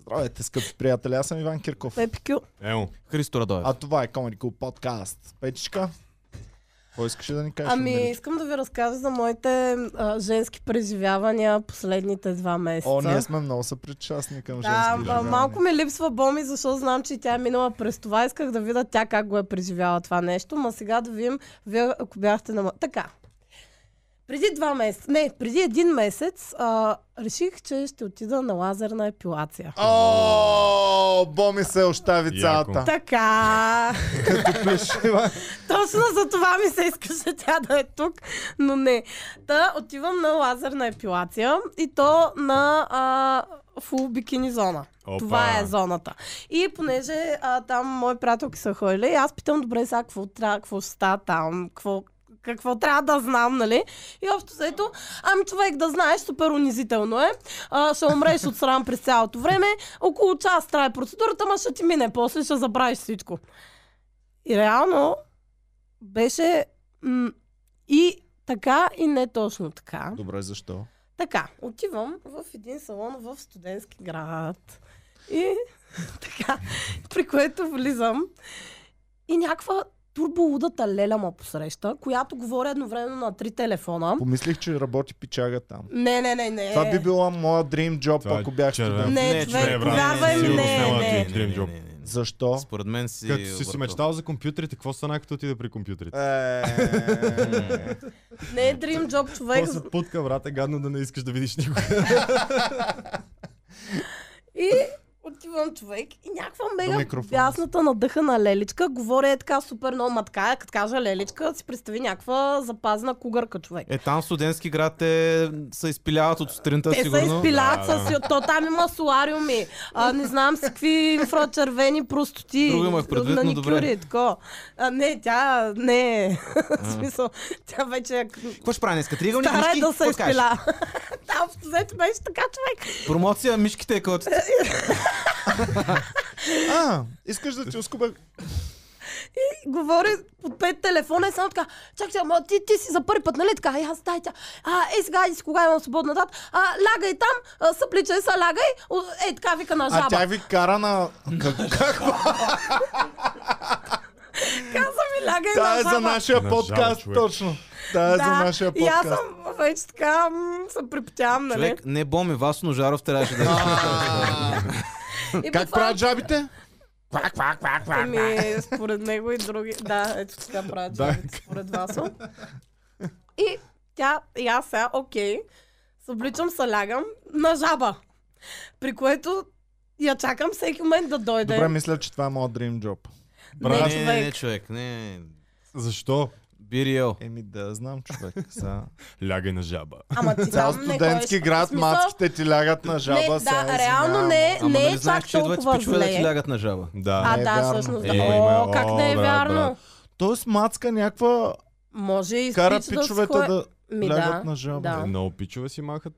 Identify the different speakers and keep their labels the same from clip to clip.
Speaker 1: Здравейте, скъпи приятели, аз съм Иван Кирков.
Speaker 2: Пепи Кю.
Speaker 3: Емо. Христо Радоев.
Speaker 1: А това е Comedy Club подкаст. Печичка, какво искаш да ни кажеш? нали?
Speaker 2: Ами,
Speaker 1: Емиличко?
Speaker 2: искам да ви разкажа за моите а, женски преживявания последните два месеца.
Speaker 1: О, ние сме много съпричастни към
Speaker 2: да,
Speaker 1: женски
Speaker 2: а, малко ми липсва Боми, защото знам, че тя е минала през това. Исках да видя тя как го е преживяла това нещо, ма сега да видим, вие ако бяхте на... мо- Така. Преди два месеца, не, преди един месец а, реших, че ще отида на лазерна епилация.
Speaker 1: О, Боми се остави
Speaker 3: Яко.
Speaker 1: цялата.
Speaker 2: Така.
Speaker 1: Иван.
Speaker 2: Точно за това ми се искаше тя да е тук, но не. Та отивам на лазерна епилация и то на а, фул бикини зона.
Speaker 3: Опа.
Speaker 2: Това е зоната. И понеже а, там мои приятелки са ходили, аз питам, добре, сега какво, трябва, какво ще става там, какво, какво трябва да знам, нали? И общо заето, ами човек да знаеш, супер унизително е. А, ще умреш от срам през цялото време. Около час трае процедурата, ма ще ти мине, после ще забравиш всичко. И реално беше м- и така, и не точно така.
Speaker 1: Добре, защо?
Speaker 2: Така, отивам в един салон в студентски град. И така, при което влизам и някаква турболудата леля ма посреща, която говори едновременно на три телефона.
Speaker 1: Помислих, че работи пичага там.
Speaker 2: Не, не, не, не.
Speaker 1: Това би била моя dream job,
Speaker 3: Това е
Speaker 1: ако бях
Speaker 3: червен.
Speaker 1: студент.
Speaker 2: Е. Не,
Speaker 4: Не,
Speaker 2: човек,
Speaker 3: човек, брат.
Speaker 2: повярвай ми,
Speaker 3: Сигурно
Speaker 2: не,
Speaker 3: няма
Speaker 2: не.
Speaker 3: ти. Dream job.
Speaker 1: Защо?
Speaker 4: Според мен си...
Speaker 3: Като си си
Speaker 4: объркал.
Speaker 3: мечтал за компютрите, какво стана като отиде при компютрите?
Speaker 1: Е,
Speaker 2: Не е Dream Job, човек.
Speaker 3: Това се путка, брат, е гадно да не искаш да видиш никога.
Speaker 2: И отивам човек и някаква мега
Speaker 1: микрофона.
Speaker 2: бясната надъхана леличка. Говори е така супер много матка. Като кажа леличка, си представи някаква запазна кугърка човек.
Speaker 4: Е, там студентски град е... се изпиляват от сутринта,
Speaker 2: Те
Speaker 4: Е, сигурно.
Speaker 2: Е, са изпилят да, да. То там има солариуми. А, не знам си какви инфрачервени простоти.
Speaker 4: Друго имах предвид, но добре.
Speaker 2: маникюри, тако. А, не, тя не е. В смисъл, тя вече е...
Speaker 4: Какво ще прави днес? Триъгълни
Speaker 2: Стара е
Speaker 4: мишки?
Speaker 2: да се
Speaker 4: Какво кажеш?
Speaker 2: изпиля. Там взето беше така човек.
Speaker 4: Промоция мишките, е
Speaker 2: Е,
Speaker 4: който...
Speaker 1: А, искаш да ти оскубя
Speaker 2: И говори под пет телефона и само така. Чакай, чакай, ама ти, ти си за първи път, нали така? И аз дай тя. А, е сега, и си кога имам свободна дата. А, лягай там, а, съпличай се, лягай. О, Е, така вика на жаба.
Speaker 1: А тя ви кара на...
Speaker 2: Каза ми, лягай
Speaker 1: Та
Speaker 2: на
Speaker 1: е
Speaker 2: жаба.
Speaker 1: за нашия
Speaker 3: На
Speaker 1: подкаст,
Speaker 3: жаба, човек.
Speaker 1: точно. Та е за нашия
Speaker 2: и аз
Speaker 1: подкаст.
Speaker 2: съм вече така м- се приптявам, нали?
Speaker 4: Човек, не боми, Васо Ножаров трябваше да...
Speaker 2: И
Speaker 1: Как
Speaker 2: буквално
Speaker 1: правят жабите?
Speaker 2: Ми, Ами, според него и други. Да, ето така правят жабите, според вас. И тя, и аз сега, окей, се обличам, се лягам на жаба. При което я чакам всеки момент да дойде.
Speaker 1: Добре, мисля, че това е моят dream job.
Speaker 4: не,
Speaker 2: не,
Speaker 3: Брат,
Speaker 4: не, не, не,
Speaker 2: човек.
Speaker 4: човек, не.
Speaker 3: защо?
Speaker 4: Бириел.
Speaker 2: е
Speaker 1: Еми да, знам човек. Са.
Speaker 3: Лягай на жаба.
Speaker 2: Ама ти
Speaker 1: Цял
Speaker 2: там не
Speaker 1: студентски
Speaker 2: ходиш.
Speaker 1: град,
Speaker 2: В смисъл,
Speaker 1: мацките ти лягат на жаба.
Speaker 2: не,
Speaker 1: сега,
Speaker 2: да,
Speaker 1: извинявам.
Speaker 2: реално не,
Speaker 4: Ама
Speaker 2: не
Speaker 4: нали
Speaker 2: е чак
Speaker 4: знаеш, че идват
Speaker 2: толкова
Speaker 4: пичове да ти
Speaker 2: зле.
Speaker 4: лягат на жаба?
Speaker 3: Да.
Speaker 2: А,
Speaker 1: Не е
Speaker 2: да,
Speaker 1: вярно.
Speaker 2: всъщност. да.
Speaker 4: Е,
Speaker 2: О,
Speaker 3: има-
Speaker 2: как
Speaker 3: о,
Speaker 2: да е
Speaker 3: брат,
Speaker 2: вярно?
Speaker 3: брат.
Speaker 1: Тоест мацка някаква
Speaker 2: Може и
Speaker 1: кара
Speaker 2: спич да
Speaker 1: пичовете
Speaker 2: схо-
Speaker 1: да...
Speaker 2: Ми,
Speaker 1: лягат
Speaker 2: да.
Speaker 1: на жаба.
Speaker 2: Да.
Speaker 3: Много пичове си махат.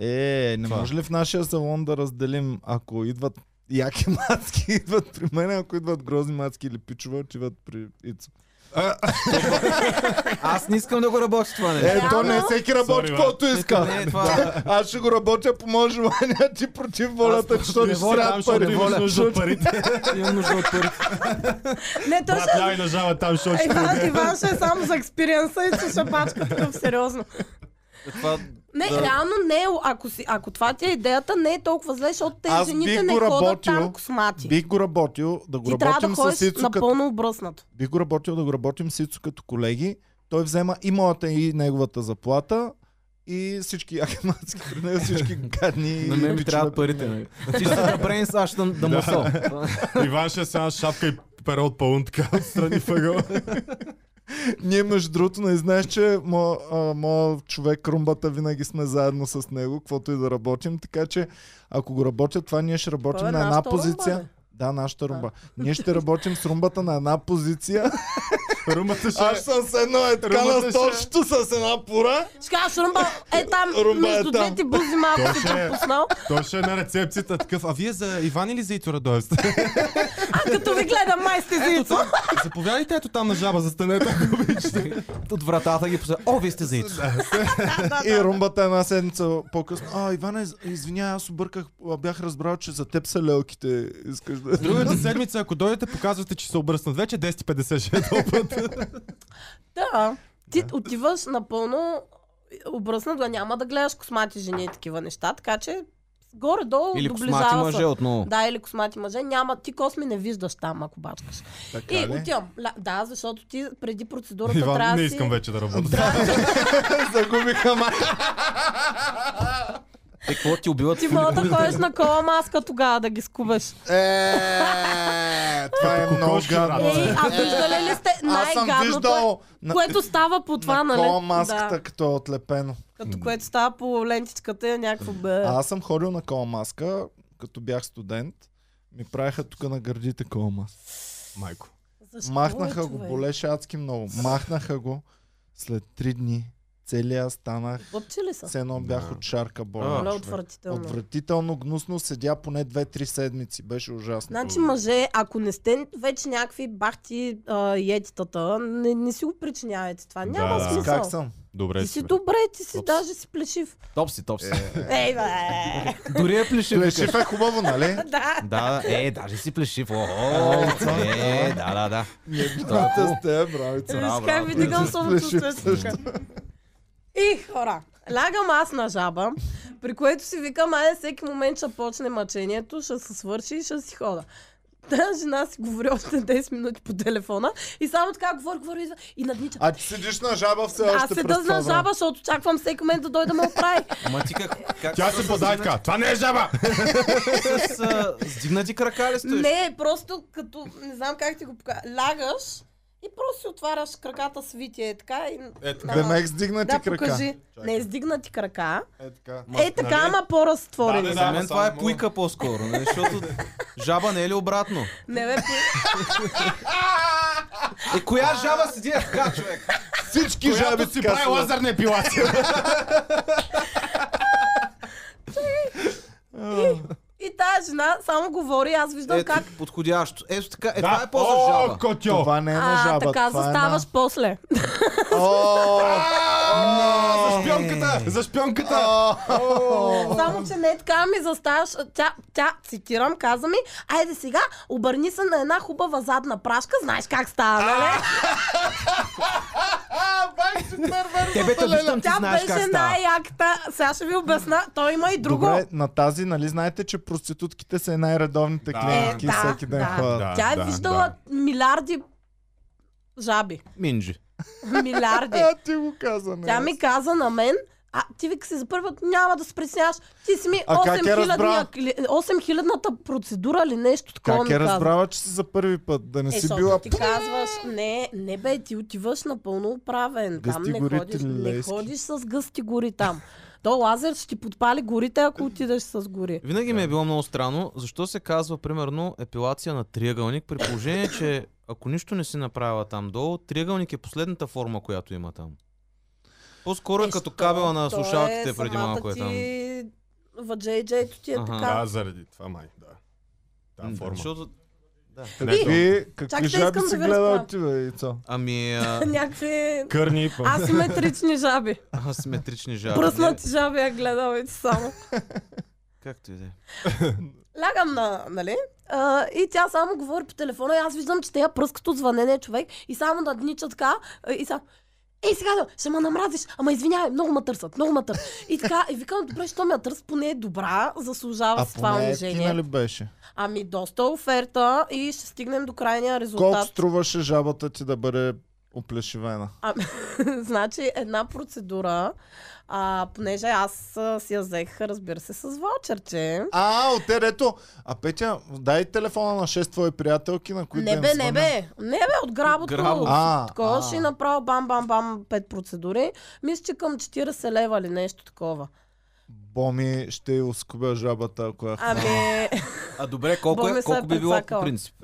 Speaker 1: Е, не
Speaker 3: Това.
Speaker 1: може ли в нашия салон да разделим, ако идват яки мацки, идват при мен, ако идват грозни мацки или пичове, отиват при Ицо.
Speaker 4: Аз не искам да го работя това
Speaker 1: Е,
Speaker 4: нещо.
Speaker 2: Реално?
Speaker 1: то не всеки работи
Speaker 3: Sorry,
Speaker 1: каквото
Speaker 4: Не,
Speaker 1: иска.
Speaker 4: това-
Speaker 1: Да. Аз ще го работя по мое желание, ти против волята, защото
Speaker 3: Не
Speaker 1: ще
Speaker 3: воля, там
Speaker 1: трябва
Speaker 3: ще
Speaker 1: пари.
Speaker 3: имаш нужда от
Speaker 1: Защото-
Speaker 3: парите.
Speaker 4: Имам нужда от пари.
Speaker 2: Не, той
Speaker 3: Брат,
Speaker 2: ще
Speaker 3: лягай на жаба, там ще ще
Speaker 2: Иван, Иван ще е само за експириенса и ще ще пачка такъв сериозно.
Speaker 4: Това...
Speaker 2: Не,
Speaker 4: Да.
Speaker 2: реално не е, ако, си, ако това ти е идеята, не е толкова зле, защото те
Speaker 1: Аз
Speaker 2: жените
Speaker 1: бих
Speaker 2: не
Speaker 1: го
Speaker 2: ходят
Speaker 1: работил.
Speaker 2: там космати.
Speaker 1: Бих го работил, да го
Speaker 2: ти трябва да
Speaker 1: работим с
Speaker 2: ходиш
Speaker 1: Ицо, като
Speaker 2: напълно обръснато.
Speaker 1: бих го работил да го работим с Ицо като колеги. Той взема и моята и неговата заплата и всички акамацки при него, всички гадни.
Speaker 4: На мен ми
Speaker 1: бичове
Speaker 4: трябват
Speaker 1: при
Speaker 4: парите.
Speaker 1: него.
Speaker 4: нали? Ти ще да брейн с аз да, да мусъл.
Speaker 3: Иван ще е сега с шапка и перо от пълн така отстрани въгъл.
Speaker 1: Ние, между другото, не знаеш, че мо, а, моя човек Румбата винаги сме заедно с него, каквото и да работим. Така че, ако го работя, това ние ще работим
Speaker 2: Кой бе,
Speaker 1: на една
Speaker 2: е нашата румба,
Speaker 1: позиция.
Speaker 2: бе?
Speaker 1: да, нашата румба. Ние ще работим с румбата на една позиция.
Speaker 3: Румата ще...
Speaker 1: Аз съм с едно е така
Speaker 3: Румата
Speaker 1: на
Speaker 3: ще-
Speaker 1: столчето с една пора.
Speaker 2: Ще кажеш, Румба, е там,
Speaker 1: Румба е
Speaker 2: между
Speaker 1: там.
Speaker 2: двете бузи малко
Speaker 3: Той
Speaker 2: си
Speaker 3: ще е.
Speaker 2: пропуснал.
Speaker 3: Той ще е на рецепцията такъв. А вие за Иван или за Итора Доев?
Speaker 2: А като ви гледам, май сте
Speaker 4: Ето
Speaker 2: зица.
Speaker 4: там, заповядайте ето там на жаба за стенета, ако обичате. От вратата ги пуска. О, вие сте за Ицо.
Speaker 1: И румбата една седмица по-късно. А, Ивана, из- извиняй, аз обърках. а, Бях разбрал, че за теб са лелките. Искаш да...
Speaker 3: Другата седмица, ако дойдете, показвате, че се обръснат вече. 10.50 ще е топът.
Speaker 2: Да. Ти отиваш напълно обръснат, да няма да гледаш космати жени и такива неща, така че горе-долу
Speaker 4: Или космати
Speaker 2: доближава
Speaker 4: мъже
Speaker 2: се.
Speaker 4: отново.
Speaker 2: Да, или космати мъже. Няма, ти косми не виждаш там, ако бачкаш.
Speaker 1: Така
Speaker 2: И
Speaker 1: ли?
Speaker 2: отивам. Ля- Да, защото ти преди процедурата трябва
Speaker 3: Иван, не
Speaker 2: да
Speaker 3: искам
Speaker 2: си...
Speaker 3: вече да работя.
Speaker 1: Загубиха ма.
Speaker 4: Те, какво ти убиват?
Speaker 2: Ти мога да ходиш на кола маска тогава да ги скубеш.
Speaker 1: Е, това е
Speaker 3: Като
Speaker 1: много
Speaker 3: кокошка
Speaker 1: гадно.
Speaker 2: Ей, а виждали ли сте
Speaker 1: е, Аз съм
Speaker 2: най-гадното, е
Speaker 1: виждал на,
Speaker 2: което става по това,
Speaker 1: на
Speaker 2: нали?
Speaker 1: кола маската,
Speaker 2: Да.
Speaker 1: като е отлепено.
Speaker 2: Като което става по лентичката е някакво бе.
Speaker 1: А аз съм ходил на кола маска, като бях студент. Ми правиха тук на гърдите кола маска.
Speaker 3: Майко.
Speaker 2: Защо
Speaker 1: Махнаха
Speaker 2: е,
Speaker 1: го,
Speaker 2: човек?
Speaker 1: болеше адски много. Махнаха го. След три дни целия станах.
Speaker 2: Бъбче ли са?
Speaker 1: С едно бях
Speaker 3: Да.
Speaker 1: от шарка
Speaker 3: А,
Speaker 2: Много
Speaker 1: болен. човек.
Speaker 2: отвратително.
Speaker 1: Отвратително гнусно седя поне 2-3 седмици. Беше ужасно.
Speaker 2: Значи мъже, ако не сте вече някакви бахти а, етитата, не, не си го причинявайте това.
Speaker 3: Да,
Speaker 2: Няма
Speaker 3: да.
Speaker 2: смисъл.
Speaker 1: Как съм?
Speaker 3: Добре.
Speaker 2: Ти си
Speaker 3: бе.
Speaker 2: добре, ти си
Speaker 4: Опс.
Speaker 2: даже си плешив.
Speaker 4: Топ си, топ си.
Speaker 3: Е.
Speaker 2: Ей, бе!
Speaker 4: Дори е плешив.
Speaker 1: Плешив е хубаво, нали?
Speaker 2: да.
Speaker 4: Да, да, е, даже си плешив. О, е, да, да, да.
Speaker 1: Двата сте, бравица.
Speaker 4: Браво,
Speaker 2: Виж как ви
Speaker 4: браво.
Speaker 2: дигам
Speaker 1: Ти си плешив
Speaker 2: самочувствието. И хора, лягам аз на жаба, при което си викам, айде всеки момент ще почне мъчението, ще се свърши и ще си хода. Та жена си говори още 10 минути по телефона и само така говори, говори идва и наднича.
Speaker 1: А ти седиш на жаба все
Speaker 2: Аз
Speaker 1: още
Speaker 2: се
Speaker 1: през това
Speaker 2: дъзна
Speaker 1: време.
Speaker 2: жаба, защото очаквам всеки момент да дойде да ме оправи.
Speaker 4: Ма ти как... как
Speaker 3: Тя се подай така. Това не е жаба!
Speaker 4: С а, сдигнати крака ли стоиш?
Speaker 2: Не, просто като, не знам как ти го покажа, лягаш и просто си отваряш краката с витие, така и...
Speaker 3: Е, така.
Speaker 1: Демек с дигнати
Speaker 2: да,
Speaker 1: крака.
Speaker 2: покажи. Не, издигнати крака.
Speaker 1: Е така.
Speaker 2: Е така, ама по-разтворени.
Speaker 3: нали? Да, да, да.
Speaker 4: За мен това е
Speaker 3: само-
Speaker 4: пуйка по-скоро, не, защото жаба не е ли обратно?
Speaker 2: Не, бе, по-
Speaker 4: Е, коя жаба седи е така, човек?
Speaker 1: Всички жаби
Speaker 3: Която си прави лазерна епилация.
Speaker 2: и тази жена само говори, аз виждам
Speaker 4: Ето,
Speaker 2: как...
Speaker 4: подходящо. Ето така, е, това
Speaker 3: Да.
Speaker 4: е по-за
Speaker 3: О,
Speaker 4: жаба.
Speaker 3: котьо!
Speaker 1: Това не е на
Speaker 2: А,
Speaker 1: жаба.
Speaker 2: така
Speaker 1: това е
Speaker 2: заставаш после.
Speaker 1: На... О,
Speaker 3: За шпионката! За шпионката!
Speaker 2: Само, че не е така ми заставаш. Тя, тя, цитирам, каза ми, айде сега, обърни се на една хубава задна прашка, знаеш как става, нали?
Speaker 4: Тебе те виждам, ти
Speaker 2: Тя
Speaker 4: знаеш как
Speaker 2: беше
Speaker 4: става.
Speaker 2: най-яката. Сега ще ви обясна. Той има и друго.
Speaker 1: Добре, на тази, нали знаете, че проститутките са и най-редовните
Speaker 3: Да.
Speaker 1: клиентки,
Speaker 2: Е, да,
Speaker 1: всеки ден
Speaker 2: да.
Speaker 1: ходят.
Speaker 3: Да,
Speaker 2: Тя е
Speaker 3: да,
Speaker 2: виждала милиарди жаби.
Speaker 4: Минджи.
Speaker 2: Милиарди.
Speaker 1: А, ти го каза, не. е
Speaker 2: Тя ми каза на мен, а ти вика си за първа, няма да се притесняваш. Ти си ми
Speaker 1: А как е
Speaker 2: 8000-ния
Speaker 1: разбра?
Speaker 2: кли- 8000-та процедура или нещо такова.
Speaker 1: Как
Speaker 2: ми
Speaker 1: е
Speaker 2: каза.
Speaker 1: разбрала, че си за първи път? Да не
Speaker 2: Е,
Speaker 1: си
Speaker 2: защото
Speaker 1: била...
Speaker 2: ти казваш, не, не бе, ти отиваш напълно оправен. Там
Speaker 1: Гъсти
Speaker 2: не
Speaker 1: гори,
Speaker 2: ходиш, не
Speaker 1: Тилилейски.
Speaker 2: ходиш с гъсти гори там. То лазер ще ти подпали горите, ако отидеш с гори.
Speaker 4: Винаги ми е било много странно, защо се казва, примерно, епилация на триъгълник, при положение, че ако нищо не си направила там долу, триъгълник е последната форма, която има там. По-скоро е като
Speaker 2: що,
Speaker 4: кабела на
Speaker 2: то
Speaker 4: слушалките
Speaker 2: е,
Speaker 4: преди
Speaker 2: самата
Speaker 4: малко е там.
Speaker 2: Ти... В JJ-то ти е
Speaker 4: Аха.
Speaker 2: така.
Speaker 3: Да, заради това май, да. Та
Speaker 4: М,
Speaker 3: форма.
Speaker 4: Защото... Да.
Speaker 1: Какви, какви
Speaker 2: Чакайте,
Speaker 1: жаби
Speaker 2: Нали? искам
Speaker 1: си
Speaker 2: да ви
Speaker 1: гледал
Speaker 2: разправя.
Speaker 1: ти, бе, Ицо?
Speaker 4: Ами, а,
Speaker 2: Някакви
Speaker 3: Кърни, па.
Speaker 2: асиметрични жаби.
Speaker 4: асиметрични жаби.
Speaker 2: Пръснати жаби я гледал и само.
Speaker 4: Не, Както и да е.
Speaker 2: Лягам на, нали? А, и тя само говори по телефона и аз виждам, че те я пръскат от звънене човек и само наднича така а, и само... Ей, сега да, ще ме намразиш. Ама извинявай, много ме търсят, много ме търсят. И така, и викам, добре, що ме я търс, поне е добра, заслужава
Speaker 1: А
Speaker 2: с това
Speaker 1: поне е
Speaker 2: унижение.
Speaker 1: ефтина ли беше?
Speaker 2: Ами, доста оферта и ще стигнем до крайния резултат.
Speaker 1: Колко струваше жабата ти да бъде оплешивена?
Speaker 2: значи, една процедура, а, понеже аз а, си я взех, разбира се, с ваучерче.
Speaker 1: А, от те, дето. А Петя, дай телефона на 6 твои приятелки, на които да
Speaker 2: Не
Speaker 1: им
Speaker 2: бе, не
Speaker 1: звъня.
Speaker 2: бе, не бе, от гработо.
Speaker 4: Грабо.
Speaker 1: А,
Speaker 2: Такова
Speaker 1: а.
Speaker 2: ще и направо бам-бам-бам пет процедури. Мисля, че към 40 лева или нещо такова.
Speaker 1: Боми, ще й оскубя жабата, ако я хвана.
Speaker 2: Ами,
Speaker 4: А добре, колко,
Speaker 2: Боми
Speaker 4: е,
Speaker 2: се е
Speaker 4: колко би било по
Speaker 2: прецакала.
Speaker 4: принцип?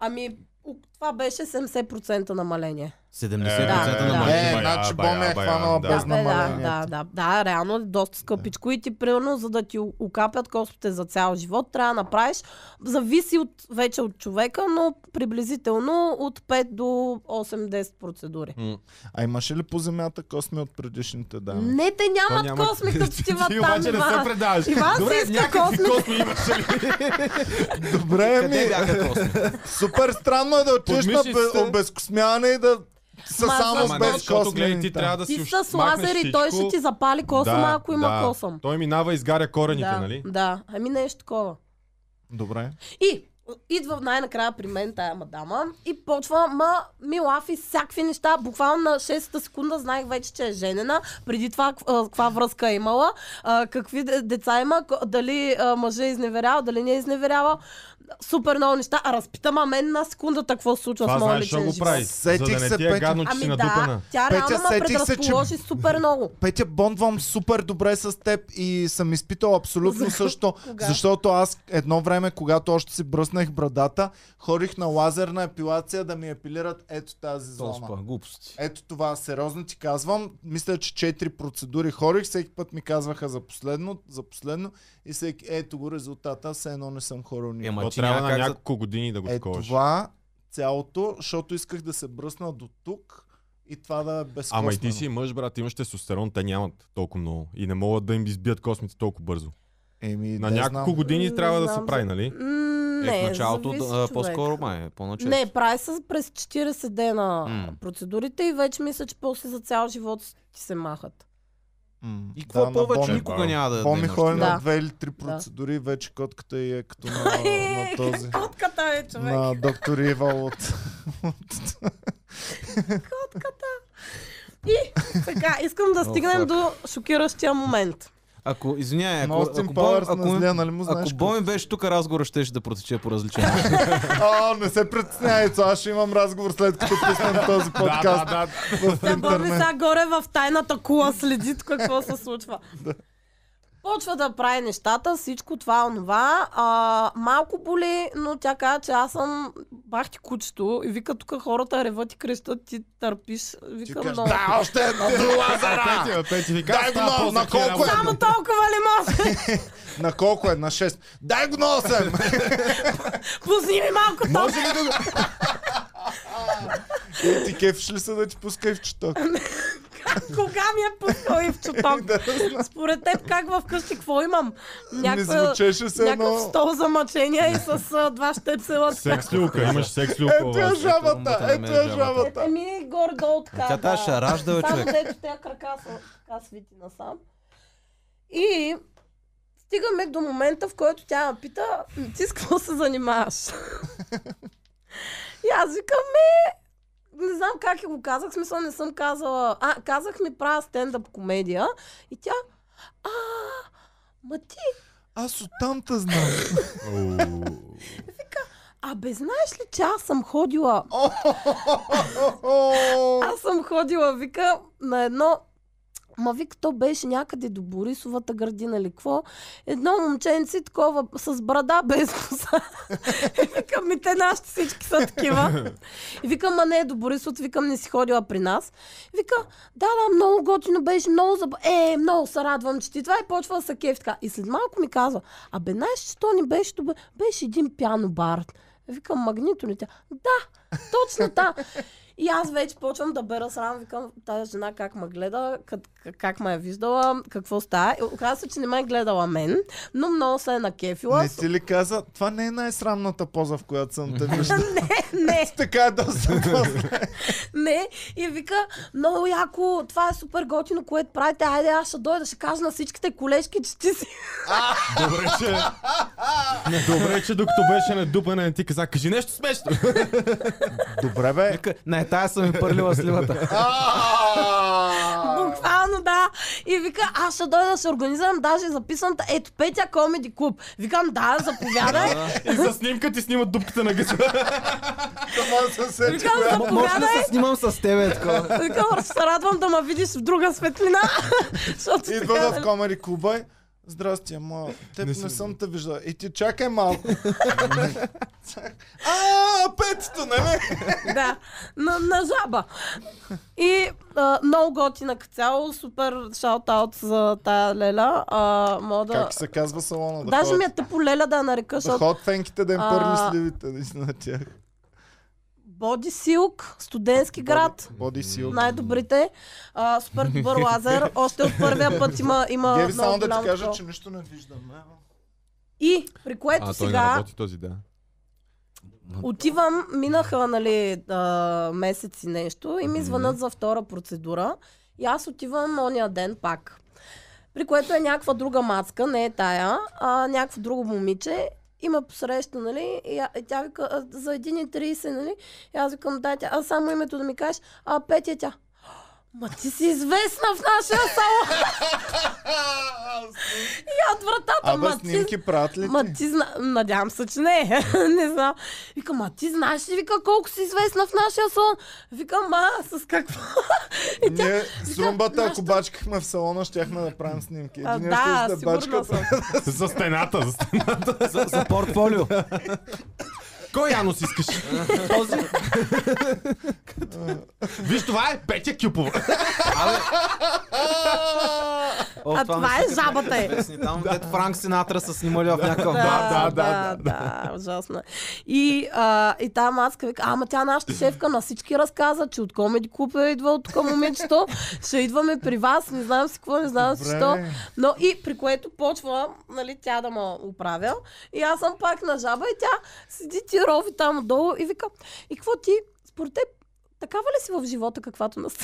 Speaker 2: ами, у- Това беше 70% намаление.
Speaker 4: 70%
Speaker 2: да.
Speaker 4: на
Speaker 1: Е,
Speaker 4: мъжи.
Speaker 1: значи Боми е хванала без
Speaker 2: Да, бе, да,
Speaker 1: намалението.
Speaker 2: да, да, да, реално е доста скъпичко и ти примерно за да ти у- окапят костите за цял живот трябва да направиш, зависи от, вече от човека, но приблизително от 5 до 8-10 процедури.
Speaker 1: А имаше ли по земята косми от предишните дами?
Speaker 2: Не, те нямат
Speaker 3: няма-
Speaker 2: косми, като ти
Speaker 3: Ти
Speaker 2: там,
Speaker 3: обаче не се
Speaker 2: Иван.
Speaker 3: предаваш.
Speaker 2: Иван си
Speaker 3: Добре,
Speaker 2: иска
Speaker 3: някакви
Speaker 2: косми.
Speaker 3: косми имаш ли?
Speaker 1: Добре,
Speaker 4: Къде
Speaker 1: ми,
Speaker 4: бяха косми?
Speaker 1: супер странно е да отидеш на
Speaker 3: Подмислиш
Speaker 1: бе-
Speaker 3: се.
Speaker 1: обезкосмяване и да са
Speaker 2: Ма,
Speaker 1: само
Speaker 3: Ама
Speaker 2: защо?
Speaker 3: не,
Speaker 1: без
Speaker 3: защото
Speaker 1: косми.
Speaker 3: гледай, ти
Speaker 1: Да.
Speaker 3: трябва да си
Speaker 2: Ти
Speaker 3: уж
Speaker 2: с
Speaker 3: махнеш
Speaker 2: лазер и
Speaker 3: всичко.
Speaker 2: той ще ти запали косъм,
Speaker 3: Да,
Speaker 2: ако има
Speaker 3: да.
Speaker 2: косъм.
Speaker 3: Той минава и изгаря корените,
Speaker 2: Да,
Speaker 3: нали?
Speaker 2: да, ами нещо такова.
Speaker 1: Добре.
Speaker 2: И идва най-накрая при мен тая мадама и почва, ма ми лафи всякакви неща. Буквално на 6-та секунда знаех вече, че е женена. Преди това к- а, каква връзка е имала, а, какви де- деца има, к- дали а, мъжа е изневерял, дали не е изневеряла. Супер много неща. А разпитам, а мен на секундата какво се случва
Speaker 3: Това
Speaker 2: с моят
Speaker 3: знаеш, що
Speaker 2: личен
Speaker 3: го
Speaker 2: живот.
Speaker 3: прави. За
Speaker 1: Сетих
Speaker 3: да не
Speaker 1: се,
Speaker 3: ти е
Speaker 1: Петя.
Speaker 3: гадно, че
Speaker 2: Ами
Speaker 3: си
Speaker 2: да,
Speaker 3: надупана.
Speaker 2: тя
Speaker 1: Петя,
Speaker 2: реално ме
Speaker 1: сетих се, че-
Speaker 2: предразположи супер много.
Speaker 1: Петя, бондвам супер добре с теб и съм изпитал абсолютно
Speaker 2: За-
Speaker 1: също,
Speaker 2: кога?
Speaker 1: защото аз едно време, когато още си бръснах брадата, ходих на лазерна епилация да ми епилират ето тази
Speaker 4: Тоспа,
Speaker 1: зона.
Speaker 4: глупости.
Speaker 1: Ето това, сериозно ти казвам. Мисля, че четири процедури ходих, всеки път ми казваха за последно, за последно и всеки, ето го резултата, все едно не съм хорил никога.
Speaker 4: Ема
Speaker 3: То
Speaker 4: ти
Speaker 3: трябва
Speaker 4: няма
Speaker 3: на
Speaker 4: как за...
Speaker 3: няколко години да го
Speaker 1: Е
Speaker 3: сковаш.
Speaker 1: това цялото, защото исках да се бръсна до тук и това да е безкосно.
Speaker 3: Ама и ти си мъж, брат, имаш тестостерон, те нямат толкова много. И не могат да им избият космите толкова бързо.
Speaker 1: Еми,
Speaker 3: На
Speaker 1: не
Speaker 3: няколко
Speaker 1: знам.
Speaker 3: години
Speaker 2: Не
Speaker 3: трябва да
Speaker 2: знам
Speaker 3: се
Speaker 2: за-
Speaker 3: прави, нали?
Speaker 2: М,
Speaker 4: Е,
Speaker 2: Не,
Speaker 4: в началото,
Speaker 2: зависи
Speaker 4: да,
Speaker 2: човек.
Speaker 4: по-скоро, май, по-начесто.
Speaker 2: Не, прави се през 40 дена
Speaker 4: М.
Speaker 2: процедурите и вече мисля, че после за цял живот с- ти се махат.
Speaker 1: М,
Speaker 4: И какво
Speaker 1: на
Speaker 4: повече
Speaker 1: Боми.
Speaker 4: никога няма да е
Speaker 1: Боми
Speaker 4: да
Speaker 1: ходи
Speaker 4: имаш.
Speaker 1: на
Speaker 2: Да.
Speaker 1: две или три процедури и вече котката й е като на, на този.
Speaker 2: Котката е човек.
Speaker 1: На доктор Ивал от...
Speaker 2: Така, искам да
Speaker 4: О,
Speaker 2: стигнем
Speaker 4: фак.
Speaker 2: до шокиращия момент.
Speaker 4: Ако, извиняй,
Speaker 1: На
Speaker 4: Е, ако,
Speaker 1: Остин
Speaker 4: ако, Бон-
Speaker 1: Пауърс
Speaker 4: ако,
Speaker 1: на зле, нали му знаеш?
Speaker 4: ако Боми беше тук, разговора ще да протече по различен начин.
Speaker 1: колко? О, не се притесняй, Цо, аз ще имам разговор след като пуснем този
Speaker 3: да,
Speaker 1: подкаст
Speaker 3: да.
Speaker 1: в
Speaker 2: Тя Боби
Speaker 1: интернет.
Speaker 2: сега горе в тайната кула следи тук какво се случва. Почва да прави нещата, всичко това, онова. А, малко боли, но тя каза, че аз съм бах ти кучето и вика тук хората реват и крещат, ти търпиш.
Speaker 1: Ти
Speaker 2: Вика
Speaker 1: кажеш,
Speaker 2: много.
Speaker 1: да, още едно до лазара!
Speaker 3: Пети, бе, Пети, ви
Speaker 1: Дай
Speaker 3: казвам,
Speaker 1: го на-
Speaker 3: става просто
Speaker 1: на
Speaker 3: такива
Speaker 1: колко е?
Speaker 3: работи.
Speaker 2: Само толкова ли може?
Speaker 1: На колко е? На 6. Дай го на 8!
Speaker 2: Пусни ми малко толкова.
Speaker 3: Може ли да го...
Speaker 1: И ти кефиш ли се да ти пуска и в чуток?
Speaker 2: Кога ми е пускал и в чуток?
Speaker 1: Да, знам.
Speaker 2: Според теб как вкъщи, какво имам?
Speaker 1: Не
Speaker 2: Някаква...
Speaker 1: звучеше се
Speaker 2: Някакъв
Speaker 1: едно...
Speaker 2: стол за мъчения и с а, два щепсела.
Speaker 3: Секс люка, имаш секс люка.
Speaker 1: Ето я
Speaker 3: обаче.
Speaker 1: жабата,
Speaker 4: румбата на
Speaker 1: ето
Speaker 4: мен
Speaker 1: я
Speaker 4: жабата.
Speaker 1: жабата.
Speaker 2: Еми, ами горе-долу така.
Speaker 4: Тя
Speaker 2: да.
Speaker 4: тази ще ражда, бе,
Speaker 2: Само
Speaker 4: човек.
Speaker 2: дето тя крака са така свити насам. И стигаме до момента, в който тя ме пита, «М, ти с какво се занимаваш? и аз викам, ми, не знам как я го казах, в смисъл не съм казала. А, казах ми правя стендъп комедия. И тя, а, ма ти,
Speaker 1: Аз оттам те знам.
Speaker 3: Уу.
Speaker 2: абе знаеш ли, че аз съм ходила
Speaker 1: О,
Speaker 2: Аз съм ходила, вика, на едно... Ма вика, то беше някъде до Борисовата градина или какво. Едно момченце е такова с брада без коса. И викам, ми те нашите всички са такива. И викам, ма не е до Борисовата, викам, не си ходила при нас. И вика, да, да, много готино беше, много заб... Е, много се радвам, че ти това и почва да се кеф така. И след малко ми казва, абе, знаеш, че то ни беше добър, беше един пиано бар. Викам, магнито ли тя? Да, точно та. И аз вече почвам да бера срам, викам, тази жена как ме гледа, как, как ме е виждала, какво става. И Оказва се, че не ме е гледала мен, но много се е накефила.
Speaker 1: Не ти ли каза, това не е най-срамната поза, в която съм те виждал.
Speaker 2: не,
Speaker 1: така е доста, доста.
Speaker 2: Не, и вика, много яко, това е супер готино, което правите, айде аз ще дойда, ще кажа на всичките колежки, че ти си.
Speaker 3: Добре, че... Добре, че докато беше недупане, не ти каза, кажи нещо смешно.
Speaker 1: Добре бе.
Speaker 4: Вика, Не, тая съм ми пърлила сливата.
Speaker 1: А!
Speaker 2: Буквално да. И вика, аз ще дойда, ще организирам, даже записвам, та- ето Петя Комеди Клуб. Викам, да, заповядай.
Speaker 3: И за снимка ти снимат дупката на гъса.
Speaker 1: Това се сети.
Speaker 2: Викам,
Speaker 4: Може да
Speaker 2: заповядай.
Speaker 4: се снимам с тебе, е такова.
Speaker 2: Викам, ще се радвам да ме видиш в друга светлина. Защото
Speaker 1: Идва
Speaker 2: така- нали?
Speaker 1: в комери клуба и, Здрасти, ама теб не,
Speaker 3: съм-
Speaker 1: съм те виждал. И ти чакай малко. А, петото, нали?
Speaker 2: да, на, на жаба. И а, много готина като цяло, супер шаут-аут за тая леля. А, мога да...
Speaker 1: Как се казва салона? Да
Speaker 2: Даже
Speaker 1: ходят-
Speaker 2: ми е тъпо леля да я нарека,
Speaker 1: Да
Speaker 2: защото
Speaker 1: ход фенките да им
Speaker 2: А,
Speaker 1: пърли сливите, наистина на тях.
Speaker 2: Боди Силк, студентски град.
Speaker 1: Боди сил.
Speaker 2: Най-добрите. А, супер добър лазер. Още от първия път има, има
Speaker 1: Геви,
Speaker 2: много
Speaker 1: само да
Speaker 2: голямо
Speaker 1: ти кажа,
Speaker 2: такова.
Speaker 1: че нищо не виждам. Ево.
Speaker 2: И при което
Speaker 3: А, той не
Speaker 2: сега
Speaker 3: работи този, да.
Speaker 2: отивам, минаха нали, а, месец и нещо и ми
Speaker 3: Мгм.
Speaker 2: звънат за втора процедура. И аз отивам ония ден пак. При което е някаква друга мацка, не е тая, а някакво друго момиче. Има посреща, нали? И, а- и тя вика, а, за 1,30, нали? И аз викам, да, тя, а само името да ми кажеш, а Петя тя. Ма ти си известна в нашия салон и от вратата.
Speaker 1: Абе,
Speaker 2: ма ти
Speaker 1: снимки правят ли
Speaker 2: Ма
Speaker 1: ти?
Speaker 2: ти зна... Надявам се, че не. не знам. Вика, ма ти знаеш ли, вика, колко си известна в нашия салон? Вика, ма, с какво? И тя...
Speaker 1: Ние с румбата, ако
Speaker 2: нашата-
Speaker 1: бачкахме в салона, щяхме да правим снимки.
Speaker 2: А,
Speaker 1: Един
Speaker 2: да,
Speaker 1: ще да
Speaker 2: сигурна
Speaker 1: бачка.
Speaker 2: съм.
Speaker 3: За стената, за стената.
Speaker 4: За, за портфолио.
Speaker 3: Кой Янос искаш?
Speaker 4: Този?
Speaker 3: Виж, това е Петя Кюпова.
Speaker 4: О,
Speaker 2: А това
Speaker 4: не
Speaker 2: е
Speaker 4: са
Speaker 2: жабата е.
Speaker 4: известни. Там, където Франк Синатра са снимали в някакъв бар.
Speaker 3: да,
Speaker 2: да,
Speaker 3: да,
Speaker 2: да, ужасно. е. И, а, и тая маска вика, ама тя нашата шефка на всички разказа, че от Комеди Клуб е идвал тук момичето, ще идваме при вас, не знам си какво, не знам си
Speaker 1: Добре.
Speaker 2: що. Но и при което почва, нали, тя да ме оправя. И аз съм пак на жаба и тя седи ти рови там отдолу и вика, и какво ти, според теб, такава ли си в живота, каквато нас?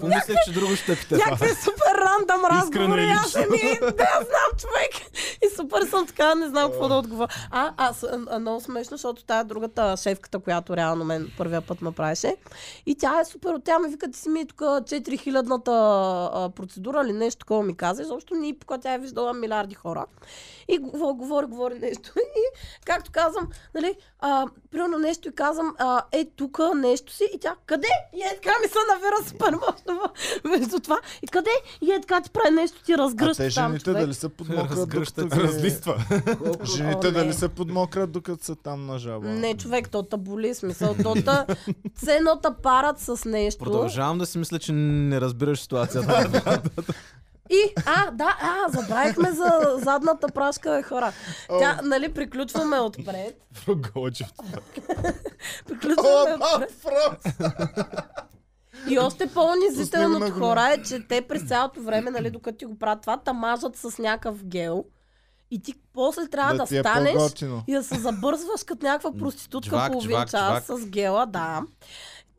Speaker 4: Помислих, че друго ще пита.
Speaker 2: Някакви супер рандам разговори.
Speaker 3: Искрено и
Speaker 2: Аз ми, да, я знам човек. И супер съм така, не знам какво да отговоря. А, а, с- а, а, много смешно, защото тая другата шефката, която реално мен първия път ме правеше. И тя е супер. Тя ми вика, ти си ми тук 4000-та а, процедура или нещо такова ми каза. Защото ни пока тя е виждала милиарди хора. И говори, говори, говори нещо. И, както казвам, нали, а, примерно нещо и казвам, а, е тук нещо си. И тя, къде? И е така ми се навира супер мощно между това. И къде? И е така ти прави нещо, ти
Speaker 1: А
Speaker 2: разгръща
Speaker 1: те
Speaker 2: там,
Speaker 1: жените
Speaker 2: човек.
Speaker 1: дали се подмократ,
Speaker 4: Разгръщат.
Speaker 1: докато ги...
Speaker 3: Разлиства.
Speaker 2: Колко-
Speaker 1: Жените
Speaker 2: О, не.
Speaker 1: дали се подмократ, докато са там на жаба?
Speaker 2: Не, човек, то табули, смисъл, то та, ценота парат с нещо.
Speaker 4: Продължавам да си мисля, че не разбираш ситуацията.
Speaker 2: И, а, да, а, забравихме за задната прашка, бе, хора. Тя, нали, приключваме отпред.
Speaker 3: Рогочев.
Speaker 1: О,
Speaker 2: Приключваме
Speaker 1: а,
Speaker 2: отпред.
Speaker 1: Франц!
Speaker 2: И още
Speaker 1: Пусни
Speaker 2: по-унизително
Speaker 1: го
Speaker 2: от
Speaker 1: на гора.
Speaker 2: хора е, че те през цялото време, нали, докато ти го правят това, тамажат с някакъв гел. И ти после трябва да,
Speaker 1: Да ти е
Speaker 2: станеш
Speaker 1: по-готино.
Speaker 2: и да се забързваш като някаква проститутка
Speaker 4: Джвак,
Speaker 2: половин
Speaker 4: джвак,
Speaker 2: час
Speaker 4: джвак.
Speaker 2: с гела, да.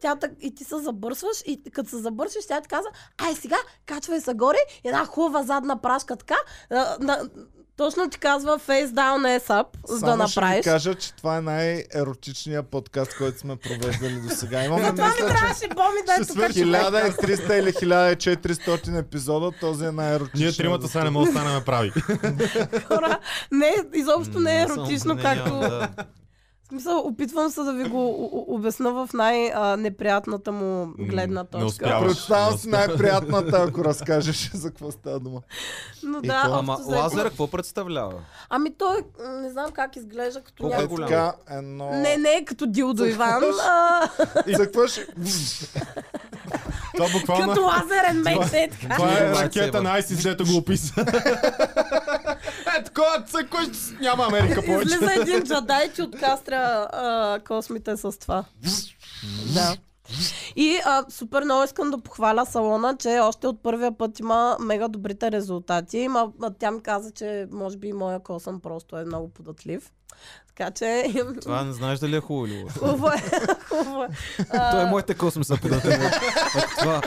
Speaker 2: Тя так, и ти се забърсваш и като се забърсваш, тя ти казва, ай сега, качвай се горе, една хубава задна прашка така. а, на, точно ти казва face down ass up, за да
Speaker 1: Само ще ви
Speaker 2: направиш.
Speaker 1: кажа, че това е най-еротичният подкаст, който сме провеждали до сега. Имаме
Speaker 2: Затова ми
Speaker 1: мисля,
Speaker 2: трябваше Боми да е тук. човек.
Speaker 1: 1300 или 1400 епизода, този е най-еротичният.
Speaker 3: Ние тримата сега не можем да станем прави.
Speaker 2: хора. Не, изобщо не е
Speaker 4: Само
Speaker 2: еротично,
Speaker 4: не,
Speaker 2: както...
Speaker 4: няма да-
Speaker 2: В смисъл, опитвам се да ви го о- о- обясна в най-неприятната му гледна
Speaker 3: не
Speaker 2: точка.
Speaker 3: успявам.
Speaker 1: Представям си най-приятната, ако разкажеш за какво става дума.
Speaker 2: Но
Speaker 1: И
Speaker 2: да,
Speaker 1: какво?
Speaker 4: Ама
Speaker 2: общо взето-
Speaker 4: Лазар какво представлява?
Speaker 2: Ами той, м, не знам как изглежда, като
Speaker 4: Колко
Speaker 1: Е
Speaker 4: е
Speaker 2: някакво...
Speaker 4: голям?
Speaker 1: така, едно...
Speaker 2: Не, не е като Дилдо Иван, а,
Speaker 1: Цъкваш...
Speaker 3: Това буквално...
Speaker 2: като лазерен меч, е така.
Speaker 3: Това е
Speaker 4: Дилдо
Speaker 3: ракета
Speaker 4: Вацева.
Speaker 3: на ISIS, дето го описа. Е, такова цъкваш, няма Америка повече.
Speaker 2: Излиза един джадай, че откастря а, космите с това. Да. И а, супер много искам да похваля салона, че още от първия път има мега добрите резултати. Има, а, тя ми каза, че може би моя косъм просто е много податлив. Така че...
Speaker 4: Това не знаеш дали е хубаво или лошо.
Speaker 2: Хубаво е, хубаво е. А,
Speaker 4: Той е моите космоса подател. Това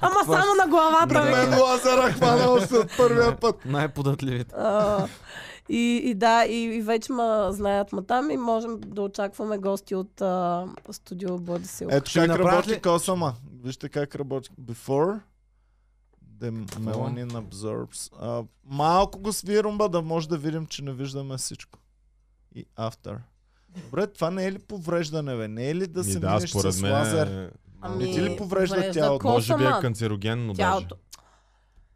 Speaker 2: Ама
Speaker 4: това е
Speaker 2: само на главата ми.
Speaker 1: Мен Лазара хвана още от първия път.
Speaker 4: най-податливите.
Speaker 2: А, и, и да, и, и вече ма знаят ма там и можем да очакваме гости от а, студио Бодисил.
Speaker 1: Ето
Speaker 4: Ще
Speaker 1: как Е,
Speaker 4: направиш
Speaker 1: работи
Speaker 4: ли-
Speaker 1: косама. Вижте как работи. Before the melanin absorbs. А, малко го сви румба, да може да видим, че не виждаме всичко. И after. Добре, това не е ли повреждане, бе? Не е ли да
Speaker 3: Ми
Speaker 1: се минеш с
Speaker 3: е-
Speaker 1: лазер?
Speaker 2: Ами,
Speaker 1: Не ти ли поврежда
Speaker 2: поврежда
Speaker 1: тялото?
Speaker 3: Може би е
Speaker 2: косама.
Speaker 3: канцерогенно даже.
Speaker 2: Тялото.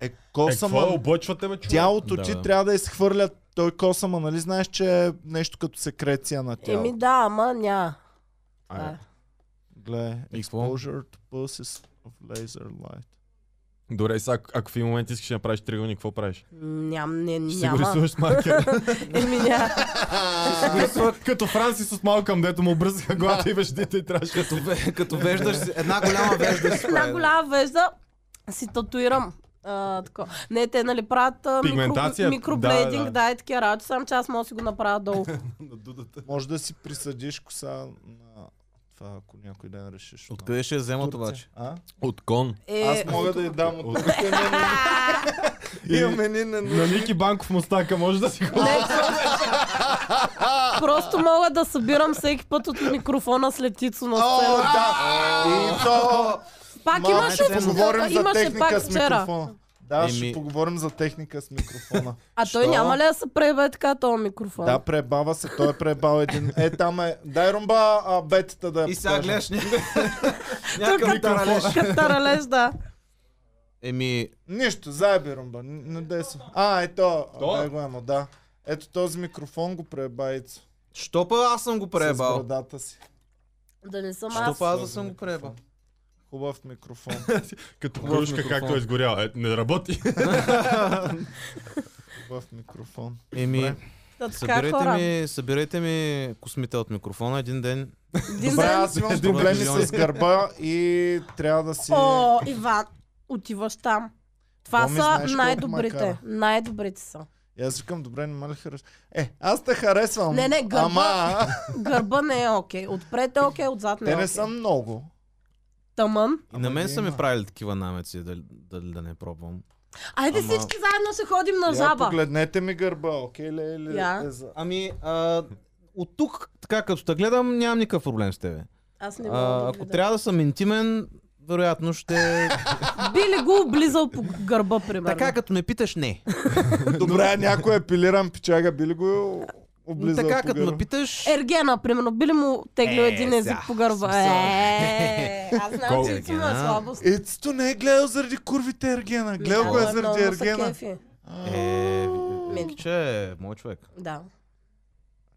Speaker 1: Е,
Speaker 3: Е, какво
Speaker 1: косама...
Speaker 3: обочвате, бе, човек?
Speaker 1: Тялото
Speaker 4: Да,
Speaker 1: ти
Speaker 4: бе.
Speaker 1: трябва да изхвърля Той коса, ма нали знаеш, че е нещо като секреция на тялото?
Speaker 2: Еми да, ама ня. Това
Speaker 3: Ай,
Speaker 2: е.
Speaker 1: Гле,
Speaker 4: И какво?
Speaker 1: exposure to pulses of laser light.
Speaker 3: Добре, сега, ако- ако в един момент искаш да направиш триъгълник, какво правиш?
Speaker 2: Ням, не,
Speaker 3: Ще си го
Speaker 2: няма.
Speaker 3: рисуваш с маркер.
Speaker 2: Еми ня.
Speaker 3: Ще си го рисуваш като Франсис от Малкъм, дето му бръзаха главата и вещите и трябваше да
Speaker 4: Като, ве- като веждаш, си- една голяма вежда
Speaker 1: е,
Speaker 4: си
Speaker 2: Една
Speaker 4: прави.
Speaker 2: голяма вежда си татуирам. А, тако. Не, те нали правят а,
Speaker 3: Пигментация?
Speaker 2: микро, микроблейдинг, да,
Speaker 3: Да, да.
Speaker 2: да. и такива работи, само че аз мога да си го направя долу.
Speaker 3: на дудата.
Speaker 1: Може да си присъдиш коса на това, ако някой ден решиш.
Speaker 4: Откъде ще я вземат
Speaker 1: Турция.
Speaker 4: обаче?
Speaker 1: А?
Speaker 3: От кон.
Speaker 2: Е,
Speaker 1: Аз мога да я дам от тук. не, не, не. Имаме ни на
Speaker 3: На Ники Банков мустака може да си го...
Speaker 2: не, просто мога да събирам всеки път от микрофона след Ицо на
Speaker 1: О,
Speaker 2: сцена.
Speaker 1: да! И то...
Speaker 2: Пак
Speaker 1: Малко
Speaker 2: имаше,
Speaker 1: ще поговорим за
Speaker 2: имаше
Speaker 1: техника
Speaker 2: пак
Speaker 1: с
Speaker 2: вчера.
Speaker 1: микрофона. Да, ще
Speaker 4: Еми-
Speaker 1: поговорим за техника с микрофона.
Speaker 2: А той
Speaker 4: Що?
Speaker 2: няма ли да се пребе така този микрофон?
Speaker 1: да, пребава се, той е пребал един. Е, там е. Дай румба а, бетата да я
Speaker 4: И сега
Speaker 1: покажа.
Speaker 4: гледаш
Speaker 2: Тук
Speaker 4: някакъв таралеж.
Speaker 2: като таралеж, да.
Speaker 4: Еми,
Speaker 1: Нищо, заеби румба. Н- Не дей се. А, ето.
Speaker 3: То?
Speaker 1: Дай го ема, да. Ето този микрофон го преба Ицо.
Speaker 4: що па аз съм го
Speaker 1: С
Speaker 4: пребал?
Speaker 1: брадата си.
Speaker 2: Да не съм
Speaker 4: Що
Speaker 2: аз.
Speaker 4: па аз да съм го пребал?
Speaker 1: Хубав микрофон.
Speaker 3: Като
Speaker 4: Хубав
Speaker 3: кружка,
Speaker 4: микрофон.
Speaker 3: както е изгорял. Е, не работи.
Speaker 1: Хубав микрофон.
Speaker 4: Еми,
Speaker 2: Та така е
Speaker 4: съберете
Speaker 2: хора.
Speaker 4: ми, съберете ми космите от микрофона един ден.
Speaker 2: Един
Speaker 1: Добре,
Speaker 2: ден
Speaker 1: аз имам
Speaker 4: Добре,
Speaker 1: проблеми
Speaker 4: милиони.
Speaker 1: с гърба и трябва да си...
Speaker 2: О, Иван, отиваш там. Това
Speaker 1: Боми, знаеш
Speaker 2: са
Speaker 1: колко макара.
Speaker 2: най-добрите. Най-добрите са.
Speaker 1: И аз викам, добре, не ме ли харесва? Е, аз те харесвам.
Speaker 2: Не, не, гърба.
Speaker 1: Ама,
Speaker 2: Гърба не е окей. Отпред е окей, отзад не е
Speaker 1: те не
Speaker 2: окей.
Speaker 1: са много.
Speaker 2: Тъмън.
Speaker 4: И на
Speaker 1: Ама
Speaker 4: мен
Speaker 1: ги
Speaker 4: са ми
Speaker 1: има.
Speaker 4: правили такива намеци, дали, дали да не пробвам.
Speaker 2: Айде
Speaker 4: Ама-
Speaker 2: всички заедно се ходим на
Speaker 1: Я
Speaker 2: жаба.
Speaker 1: погледнете ми гърба, окей ли? е, Или,
Speaker 2: Я.
Speaker 1: е за...
Speaker 4: Ами, а, от тук, така като те гледам, нямам никакъв проблем с тебе.
Speaker 2: Аз не мога
Speaker 4: А,
Speaker 2: да
Speaker 4: ако
Speaker 2: видя.
Speaker 4: трябва да съм интимен, вероятно ще...
Speaker 2: Би ли го облизал по гърба, примерно?
Speaker 4: така, като ме питаш, не.
Speaker 1: Добре, а някой епилиран пичага, би ли го облизал
Speaker 4: така,
Speaker 1: по
Speaker 4: като е,
Speaker 1: гърба?
Speaker 4: ме
Speaker 2: Е,
Speaker 4: питаш...
Speaker 2: Ергена, примерно, би ли му теглил
Speaker 4: Е,
Speaker 2: един език
Speaker 4: сега,
Speaker 2: по гърба?
Speaker 4: смисъл.
Speaker 2: Е, аз знам,
Speaker 4: Колко
Speaker 2: че
Speaker 4: е
Speaker 2: Ицо му е
Speaker 4: Ергена?
Speaker 2: слабост.
Speaker 1: Ицето не е гледал заради курвите Ергена. Гледал го е
Speaker 2: Да,
Speaker 1: заради
Speaker 2: много са
Speaker 1: Ергена.
Speaker 2: кефи.
Speaker 4: Е,
Speaker 2: Мен.
Speaker 4: Вики, че е мой човек.
Speaker 2: Да.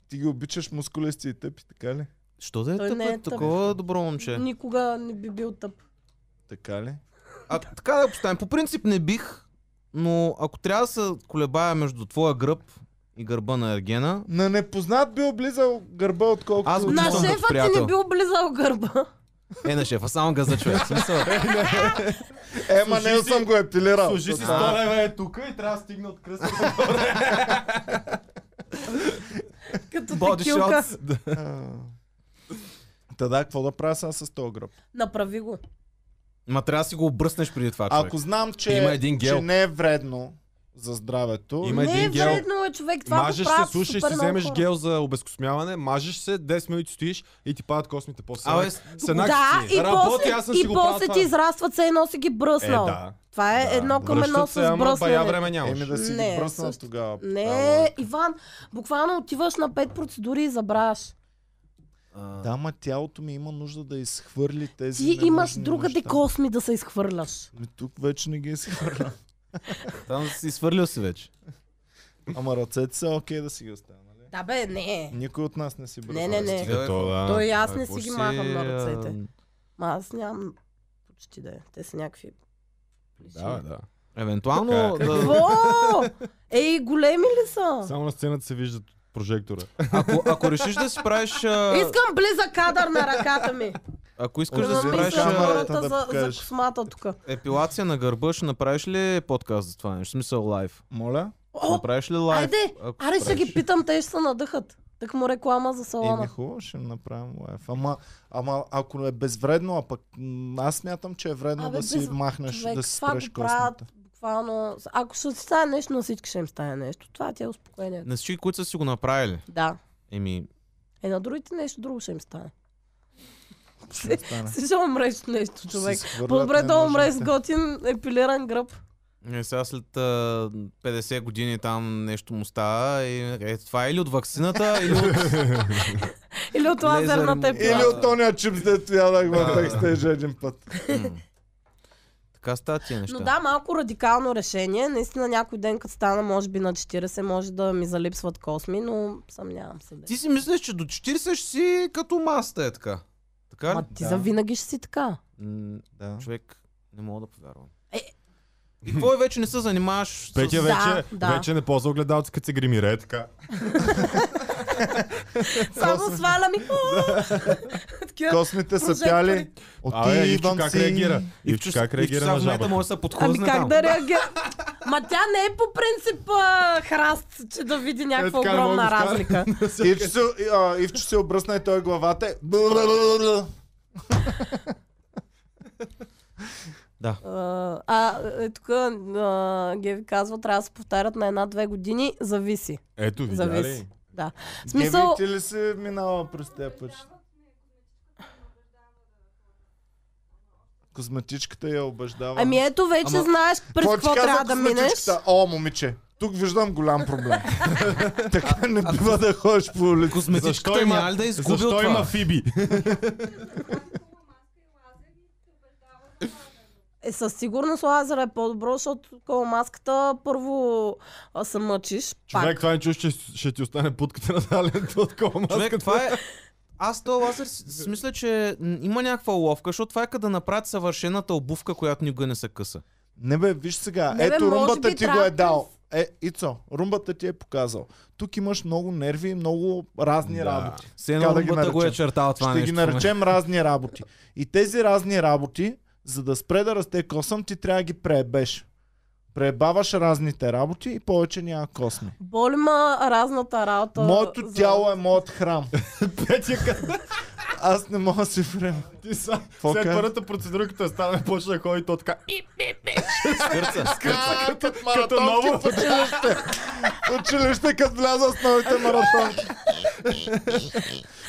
Speaker 1: Ти ги обичаш мускулести и тъпи, така ли?
Speaker 4: Що да е
Speaker 2: Той не
Speaker 4: тъпът,
Speaker 2: е тъп.
Speaker 4: такова добро момче?
Speaker 2: Никога не би бил тъп.
Speaker 1: Така ли?
Speaker 4: А така да поставим. По принцип не бих, но ако трябва да се колебая между твоя гръб и гърба на Ергена,
Speaker 1: На непознат би облизал гърба, отколкото...
Speaker 4: Аз го
Speaker 2: На
Speaker 4: чувствам като
Speaker 2: шефа ти
Speaker 4: приятел.
Speaker 2: не би облизал гърба.
Speaker 4: е на шефа, само газа човек. В смисъл,
Speaker 2: Е,
Speaker 1: Ема не
Speaker 3: Служи си-
Speaker 1: съм го епилирал.
Speaker 3: Служи си
Speaker 1: Да.
Speaker 3: 100 лева е тук и трябва да стигне от кръста.
Speaker 2: Като
Speaker 4: Body
Speaker 2: текилка.
Speaker 4: shots.
Speaker 1: А. Та да, какво да правя сега с този гръб?
Speaker 2: Направи го.
Speaker 4: Ма трябва да си го обръснеш преди това, човек.
Speaker 1: Ако знам, че,
Speaker 3: Има един гел.
Speaker 1: че не е вредно за здравето,
Speaker 3: Има
Speaker 2: не
Speaker 3: един
Speaker 2: е
Speaker 3: гел.
Speaker 2: вредно, е, човек. Това
Speaker 3: Мажеш
Speaker 2: го
Speaker 3: се,
Speaker 2: правят
Speaker 3: слушай,
Speaker 2: супер
Speaker 3: ще
Speaker 2: много
Speaker 3: вземеш
Speaker 2: хора.
Speaker 3: гел за обезкосмяване, мажеш се, 10 минути стоиш и ти падат космите после. Е,
Speaker 4: Абе, с-
Speaker 2: Да, и после, и после ти израстват, се едно си ги
Speaker 3: Е,
Speaker 2: бръснал.
Speaker 3: да.
Speaker 2: Това е
Speaker 3: да.
Speaker 2: едно към
Speaker 3: Връщат
Speaker 2: едно
Speaker 3: се, ама
Speaker 2: с
Speaker 3: Бая
Speaker 2: бръснане.
Speaker 3: време нямаш.
Speaker 1: еми да си
Speaker 2: Не,
Speaker 1: ги бръсна
Speaker 2: също.
Speaker 1: тогава. по тази
Speaker 2: Не,
Speaker 1: логика.
Speaker 2: Иван, буквално отиваш на пет процедури и забравяш.
Speaker 4: А,
Speaker 1: Да, ма тялото ми има нужда да изхвърли тези
Speaker 2: Ти имаш
Speaker 1: ненужни
Speaker 2: другаде
Speaker 1: неща.
Speaker 2: косми да се изхвърляш.
Speaker 1: Ми тук вече не ги е изхвърлям.
Speaker 4: Там си свърлил си вече.
Speaker 1: Ама ръцете са окей да си ги оставя, нали?
Speaker 2: Да бе, не.
Speaker 1: Никой от нас не си бръсна.
Speaker 2: Не, не, не.
Speaker 1: ръцете.
Speaker 2: Е,
Speaker 3: Ето, да.
Speaker 2: Той и аз
Speaker 4: Абе,
Speaker 2: не
Speaker 4: какво
Speaker 2: си ги махам на
Speaker 4: а,
Speaker 2: ръцете. Ма аз нямам почти да е. Те са някакви...
Speaker 3: Да, бе, да.
Speaker 4: Евентуално
Speaker 3: Така
Speaker 4: да,
Speaker 2: Во! Ей, големи ли са?
Speaker 3: Само на сцената се виждат прожектора.
Speaker 4: ако, ако решиш да си правиш... а,
Speaker 2: Искам близък кадър на ръката ми.
Speaker 4: Ако искаш да
Speaker 2: Искаш
Speaker 4: си
Speaker 1: Вземи
Speaker 4: правиш а,
Speaker 1: камерата.
Speaker 2: хората
Speaker 1: да
Speaker 2: за, за
Speaker 1: покажеш.
Speaker 2: космата тук.
Speaker 4: епилация на гърба, ще направиш ли подкаст за това нещо? В Смисъл лайв.
Speaker 1: Моля?
Speaker 4: Ще
Speaker 2: О,
Speaker 4: Направиш ли лайв?
Speaker 2: айде!
Speaker 4: ако
Speaker 2: Аре ще ги
Speaker 4: правиш?
Speaker 2: питам, те ще се надъхат. Так му реклама за
Speaker 1: Еми
Speaker 2: салона.
Speaker 1: хубаво, ще направим лайф. Ама, ама ако е безвредно, а пък м, аз смятам, че е вредно
Speaker 2: Абе,
Speaker 1: да си
Speaker 2: без-
Speaker 1: махнеш,
Speaker 2: Човек,
Speaker 1: да си
Speaker 2: това
Speaker 1: спреш
Speaker 2: го правят
Speaker 1: космите.
Speaker 2: буквално... Ако ще ти стане нещо, на всички ще им стане нещо. Това ти е успокоение.
Speaker 4: На всички, които са си го направили.
Speaker 2: Да.
Speaker 4: Еми,
Speaker 2: Е, на другите нещо друго ще им стане.
Speaker 1: Ще стане.
Speaker 2: Си ще умреш от нещо,
Speaker 1: Ще
Speaker 2: човек.
Speaker 1: си хвърлят
Speaker 2: По-добре да умреш с
Speaker 1: ненужните.
Speaker 2: готин епилиран гръб.
Speaker 4: е, сега след а, 50 години там нещо му става. И, е, това е или от вакцината, или от...
Speaker 2: Или от
Speaker 4: Лезър
Speaker 2: лазерната
Speaker 4: му.
Speaker 2: епилация.
Speaker 1: Или от тония чипс, дето ядах в
Speaker 4: Да.
Speaker 1: текстейдж един път.
Speaker 4: М. Така стават тия неща.
Speaker 2: Но да, малко радикално решение. Наистина някой ден, като стана, може би на 40, може да ми залипсват косми, но съмнявам се. Да.
Speaker 4: Ти си мислиш, че до 40 ще си като маста е така. Така ли?
Speaker 2: Ма ти
Speaker 1: Да.
Speaker 2: да. завинаги ще си така.
Speaker 4: М,
Speaker 1: Да.
Speaker 4: Човек, не мога да повярвам.
Speaker 2: Е.
Speaker 4: И какво е вече не се занимаваш с...
Speaker 3: Петя
Speaker 2: Да,
Speaker 3: вече,
Speaker 2: да.
Speaker 3: вече не ползва огледалци, като се гримира. Е така.
Speaker 2: Само свалям и... Такива
Speaker 1: Космите са
Speaker 2: Прожектори.
Speaker 1: пяли. Оти,
Speaker 3: А, е, Ивчо
Speaker 1: Иван
Speaker 3: как
Speaker 1: си.
Speaker 3: реагира?
Speaker 4: И
Speaker 3: Ивчо как реагира на
Speaker 4: момента може
Speaker 3: жабата?
Speaker 4: да се
Speaker 2: Ами
Speaker 4: подхлъзне
Speaker 2: как
Speaker 4: там.
Speaker 2: да реагира? Ма тя не е по принцип а, храст, че да види някаква
Speaker 3: така не мога
Speaker 2: огромна
Speaker 3: да стане.
Speaker 2: разлика.
Speaker 1: Ивчо, се- а, Ивчо се обръсна и той главата. е «Бррррррр».
Speaker 2: А, а е, тук а, Геви казва, трябва да се повтарят на една-две години. Зависи.
Speaker 3: Ето, видя
Speaker 2: Зависи.
Speaker 3: ли?
Speaker 2: Да.
Speaker 1: Геви,
Speaker 2: В смисъл,
Speaker 1: ти ли си минала през тези пътища? Козметичката я убеждава.
Speaker 2: ами ето вече
Speaker 4: Ама-
Speaker 2: знаеш през
Speaker 1: Какво ти
Speaker 2: какво
Speaker 1: каза
Speaker 2: трябва да минеш.
Speaker 1: козметичката? О, момиче, тук виждам голям проблем. така не бива да ходиш по улица.
Speaker 4: Козметичката
Speaker 3: има-
Speaker 4: няма ли да е изгубил
Speaker 3: Защо
Speaker 4: това?
Speaker 3: има фиби?
Speaker 2: Е, със сигурност лазера е по-добро, защото кола маската първо а, се мъчиш.
Speaker 3: Човек,
Speaker 2: Пак.
Speaker 3: това не чуш, че ще ти остане путката на талента от кома.
Speaker 4: Човек, това е... Аз този лазер си си мисля, че м, има някаква ловка, защото това е като да направят съвършената обувка, която никога не се къса.
Speaker 1: Не бе, виж сега.
Speaker 2: Не бе,
Speaker 1: Ето
Speaker 2: може
Speaker 1: румбата
Speaker 2: би
Speaker 1: ти го
Speaker 2: трябва
Speaker 1: е дал. Е, Ицо, румбата ти е показал. Тук имаш много нерви и много разни
Speaker 3: Да.
Speaker 1: работи.
Speaker 4: Все
Speaker 1: Така
Speaker 4: едно
Speaker 1: да ги
Speaker 4: да го е
Speaker 1: наречем.
Speaker 4: чертала това
Speaker 1: Ще
Speaker 4: нещо. нали?
Speaker 1: ги
Speaker 4: в
Speaker 3: нали?
Speaker 4: момента.
Speaker 1: наречем разни работи. И тези разни работи, за да спре да расте косъм, ти трябва да ги преебеш. Преебаваш разните работи и повече няма косми.
Speaker 2: Боли ма разната работа.
Speaker 1: Моето
Speaker 2: за-
Speaker 1: тяло е моят храм.
Speaker 3: Петя, къде?
Speaker 1: Аз не мога да си време.
Speaker 3: Ти са,
Speaker 1: Какво
Speaker 3: след
Speaker 1: каза?
Speaker 3: първата процедура, като стане, почна да ходи, то така.
Speaker 1: А, като
Speaker 3: Като ново.
Speaker 1: Училище, като вляза с новите маратонки.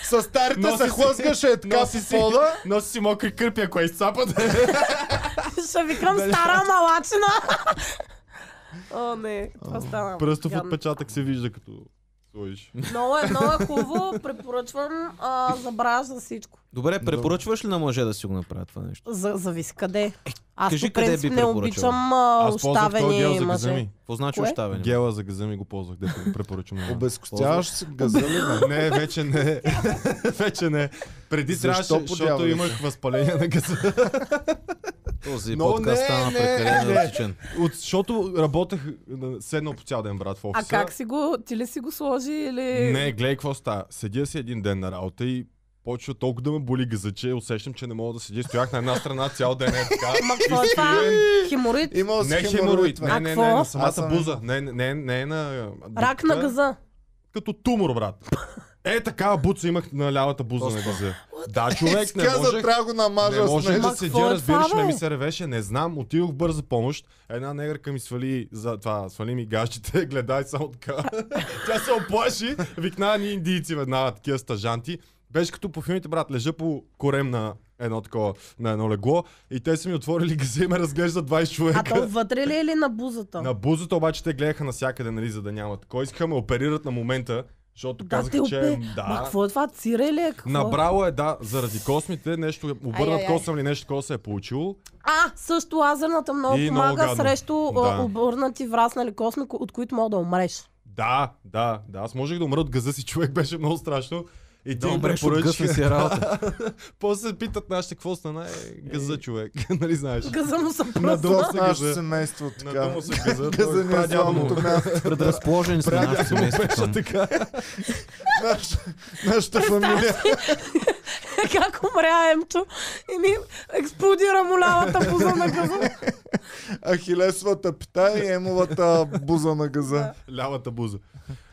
Speaker 1: С старите
Speaker 3: Носи
Speaker 1: се
Speaker 3: си-
Speaker 1: хлъзгаше е така
Speaker 3: носи
Speaker 1: по
Speaker 3: си-
Speaker 1: пода.
Speaker 3: Носи си мокри кърпи, ако е изцапат. е-
Speaker 2: Ще викам
Speaker 3: Нали?
Speaker 2: стара малачина. О, не, това стана.
Speaker 3: Пръстов
Speaker 2: гадно.
Speaker 3: отпечатък се вижда, като сложиш.
Speaker 2: Много е, много е хубаво. Препоръчвам. А, забравяш за всичко.
Speaker 4: Добре, препоръчваш ли на мъже да си го направят това нещо?
Speaker 2: За, зависи къде.
Speaker 3: Е,
Speaker 2: Аз
Speaker 4: кажи
Speaker 2: по
Speaker 4: къде
Speaker 2: принцип
Speaker 4: би
Speaker 2: не
Speaker 4: препоръчал.
Speaker 2: обичам а,
Speaker 3: Аз ползвах този гел
Speaker 2: оставени
Speaker 3: за газа
Speaker 2: мъже.
Speaker 3: ми.
Speaker 4: Какво значи
Speaker 2: Кое?
Speaker 4: оставяне?
Speaker 3: Гела за газа ми го ползвах, дето го препоръчам. на-
Speaker 1: Обезкостяваш се газа
Speaker 3: Не, вече не. вече не. Преди
Speaker 1: Защо
Speaker 3: трябваше,
Speaker 1: по
Speaker 3: защото
Speaker 1: дяволите?
Speaker 3: имах възпаление на газа.
Speaker 4: Този
Speaker 3: Но
Speaker 4: подкаст
Speaker 3: не,
Speaker 4: стана
Speaker 3: не,
Speaker 4: прекалено
Speaker 3: не.
Speaker 4: еротичен.
Speaker 3: От, защото работех на- седнал по цял ден, брат, в
Speaker 2: А
Speaker 3: офиса.
Speaker 2: как си го, ти ли си го сложи или...
Speaker 3: Не, гледай какво става. Седя си един ден на работа и почва толкова да ме боли газа, че усещам, че не мога да седя. Стоях на една страна цял ден е така.
Speaker 2: Ма какво е това? Хеморит?
Speaker 1: Имал си Ами,
Speaker 3: Не хемороид, не,
Speaker 2: А
Speaker 3: не, не,
Speaker 2: какво?
Speaker 3: на
Speaker 1: Аз съм-
Speaker 3: самата буза. Не, не, не, не е на...
Speaker 2: Рак на газа.
Speaker 3: Като тумор, брат. Е, такава буца имах на лявата буза на газа. Да, човек, не
Speaker 1: Каза,
Speaker 3: можех.
Speaker 1: трябва го намажа
Speaker 3: Не
Speaker 1: с
Speaker 3: може
Speaker 1: нещо.
Speaker 2: Ма
Speaker 3: да
Speaker 2: какво
Speaker 3: седя,
Speaker 2: е
Speaker 3: разбираш,
Speaker 2: това,
Speaker 3: не ми
Speaker 2: бе?
Speaker 3: се ревеше, не знам. Отидох в бърза помощ, една негърка ми свали за това, свали ми гащите, гледай само така. Тя се оплаши, викна ни индийци веднага, такива стажанти. Беше като по филмите, брат, лежа по корем на едно такова, на едно легло и те са ми отворили газа и ме разглеждат 20 човека.
Speaker 2: А то вътре ли е или на бузата?
Speaker 3: На бузата обаче те гледаха навсякъде, нали, за да нямат. Кой искаха ме оперират на момента, защото
Speaker 2: Да, те
Speaker 3: казаха, че...
Speaker 2: опе.
Speaker 3: Да,
Speaker 2: Ма какво е това? Цира или е какво?
Speaker 3: Набрало е, да, заради космите, нещо, обърнат
Speaker 2: ай, ай.
Speaker 3: косъм или нещо такова се е получило.
Speaker 2: А, също лазерната много
Speaker 3: И много
Speaker 2: помага
Speaker 3: гадно.
Speaker 2: срещу
Speaker 3: Да.
Speaker 2: а, обърнати враснали косми, ко- от които мога да умреш.
Speaker 3: Да, да, да, аз можех да умра от газа си, човек беше много страшно. И ти
Speaker 4: Да,
Speaker 3: им
Speaker 4: умреш от гъсна
Speaker 3: препоръчаха.
Speaker 4: си работа.
Speaker 3: После питат нашите какво стана, е газа човек, нали знаеш.
Speaker 2: Газа му са
Speaker 3: На
Speaker 2: просто.
Speaker 3: дума се
Speaker 1: Наше
Speaker 3: газа.
Speaker 1: семейство
Speaker 3: На
Speaker 1: така.
Speaker 3: дума се газа.
Speaker 1: Газа ни е слабото място.
Speaker 4: Предразположени сме нашите семейства към.
Speaker 3: Така.
Speaker 1: Нашата- Нашата фамилия.
Speaker 2: как умря Емчо? И ми експлодира му лявата буза на газа.
Speaker 1: Ахилесвата пита и емовата буза на газа.
Speaker 3: Лявата буза.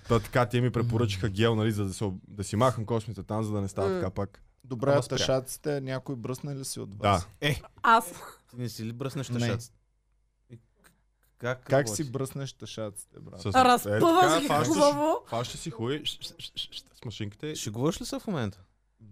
Speaker 3: Та така, те ми препоръчаха гел, нали, за да, се, да си махам космите там, за да не става така пак.
Speaker 1: Добре,
Speaker 3: Ама
Speaker 1: а
Speaker 3: спря.
Speaker 1: тъшаците, някой бръсна ли си от
Speaker 3: Да. Е,
Speaker 1: вас?
Speaker 2: Аз.
Speaker 4: Ти не си ли бръснеш
Speaker 1: Не.
Speaker 4: тъшацата? И к- Как,
Speaker 1: Как
Speaker 4: какво
Speaker 1: е
Speaker 4: е?
Speaker 1: си бръснеш тъшаците, брат?
Speaker 3: С- е,
Speaker 2: Разпъваш
Speaker 3: така,
Speaker 2: ги
Speaker 3: фащаш-
Speaker 2: хубаво.
Speaker 3: Фащаш си хуи ш- ш- ш- ш- ш- с машинките.
Speaker 4: Шегуваш ли се в момента?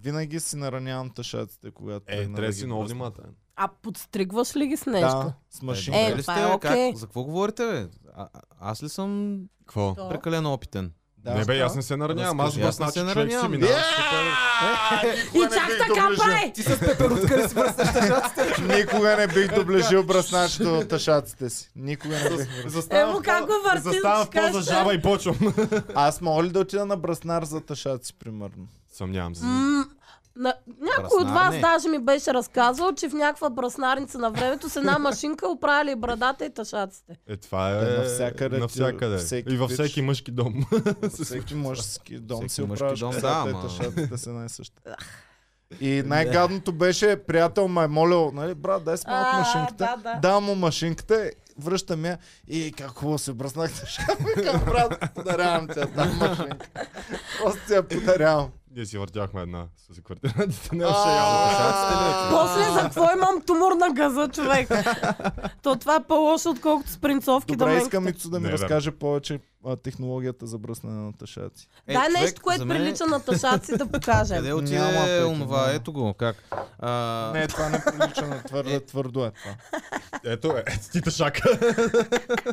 Speaker 1: Винаги си наранявам тъшаците, когато
Speaker 3: Е,
Speaker 1: тръгна
Speaker 3: трябва да
Speaker 1: ги
Speaker 3: си много
Speaker 1: бръсна.
Speaker 3: внимателен.
Speaker 2: А подстригваш ли ги с нещо?
Speaker 1: Да, с машинка.
Speaker 4: добре
Speaker 2: Е,
Speaker 4: ли
Speaker 2: това
Speaker 4: сте,
Speaker 2: е
Speaker 4: бе? Как-
Speaker 2: окей.
Speaker 4: За какво говорите, бе? А- а- аз ли съм
Speaker 3: Какво?
Speaker 2: То.
Speaker 4: прекалено опитен?
Speaker 1: Да,
Speaker 3: не бе,
Speaker 1: да.
Speaker 3: аз не се наранявам. Аз
Speaker 4: Разкажи,
Speaker 3: бас
Speaker 4: аз не
Speaker 3: значи
Speaker 4: се
Speaker 3: човек си
Speaker 4: наранявам,
Speaker 3: мина.
Speaker 4: да.
Speaker 2: И чак така прави!
Speaker 5: Ти с пеперутка ли си връщаш шаците?
Speaker 1: Е, Никога не бих доближил брасначето от тъшаците си. Никога не бих. го-
Speaker 3: Заставам
Speaker 2: Ево
Speaker 3: в
Speaker 2: как го
Speaker 3: поза-
Speaker 2: върти,
Speaker 3: Заставам в
Speaker 2: ще
Speaker 3: поза
Speaker 2: кажеш,
Speaker 3: жаба и почвам.
Speaker 1: Аз мога ли да отида на браснар за тъшаци, примерно?
Speaker 3: Съмнявам се.
Speaker 2: М, На, някой от
Speaker 4: Браснар
Speaker 2: вас
Speaker 4: не.
Speaker 2: даже ми беше разказвал, че в някаква браснарница на времето с една машинка оправили и брадата и тъшаците.
Speaker 3: Е, това е
Speaker 1: Да, навсякъде ти-
Speaker 3: навсякъде.
Speaker 1: всеки
Speaker 3: И във всеки
Speaker 1: вич.
Speaker 3: мъжки дом.
Speaker 1: Всеки мъжски дом
Speaker 4: Всеки
Speaker 1: си
Speaker 4: мъжки
Speaker 1: оправяш
Speaker 4: дом, да,
Speaker 1: косата и
Speaker 4: ама-
Speaker 1: тъшаците са най-същи. е И най-гадното беше, приятел ме е молил, нали, брат, дай си малко
Speaker 2: А,
Speaker 1: машинката.
Speaker 2: да, да.
Speaker 1: Дам му машинката, връщам я и как хубаво се бръснах тъшаците. брат, подарявам ти, я дам машинка. Просто ти я подарявам.
Speaker 3: Ние си въртяхме една с квартирантите. Не беше
Speaker 1: А,
Speaker 3: яло.
Speaker 2: После за какво имам тумор на газа, човек? То това е по-лошо, отколкото с принцовки да
Speaker 1: Добре,
Speaker 2: ме...
Speaker 1: искам Мицо да ми
Speaker 3: Не, да.
Speaker 1: разкаже повече а, технологията за бръснане на тъшаци.
Speaker 4: Е,
Speaker 2: Дай
Speaker 4: човек,
Speaker 2: нещо,
Speaker 4: за
Speaker 2: което
Speaker 4: мен е-
Speaker 2: прилича на тъшаци да
Speaker 4: Къде
Speaker 2: покажем.
Speaker 1: Няма
Speaker 4: отиде
Speaker 1: апетит,
Speaker 4: онова?
Speaker 1: няма.
Speaker 4: Ето го, как? А,
Speaker 1: Не, това не прилича на твърде, твърдо е това.
Speaker 3: Ето, е, ето ти тъшака.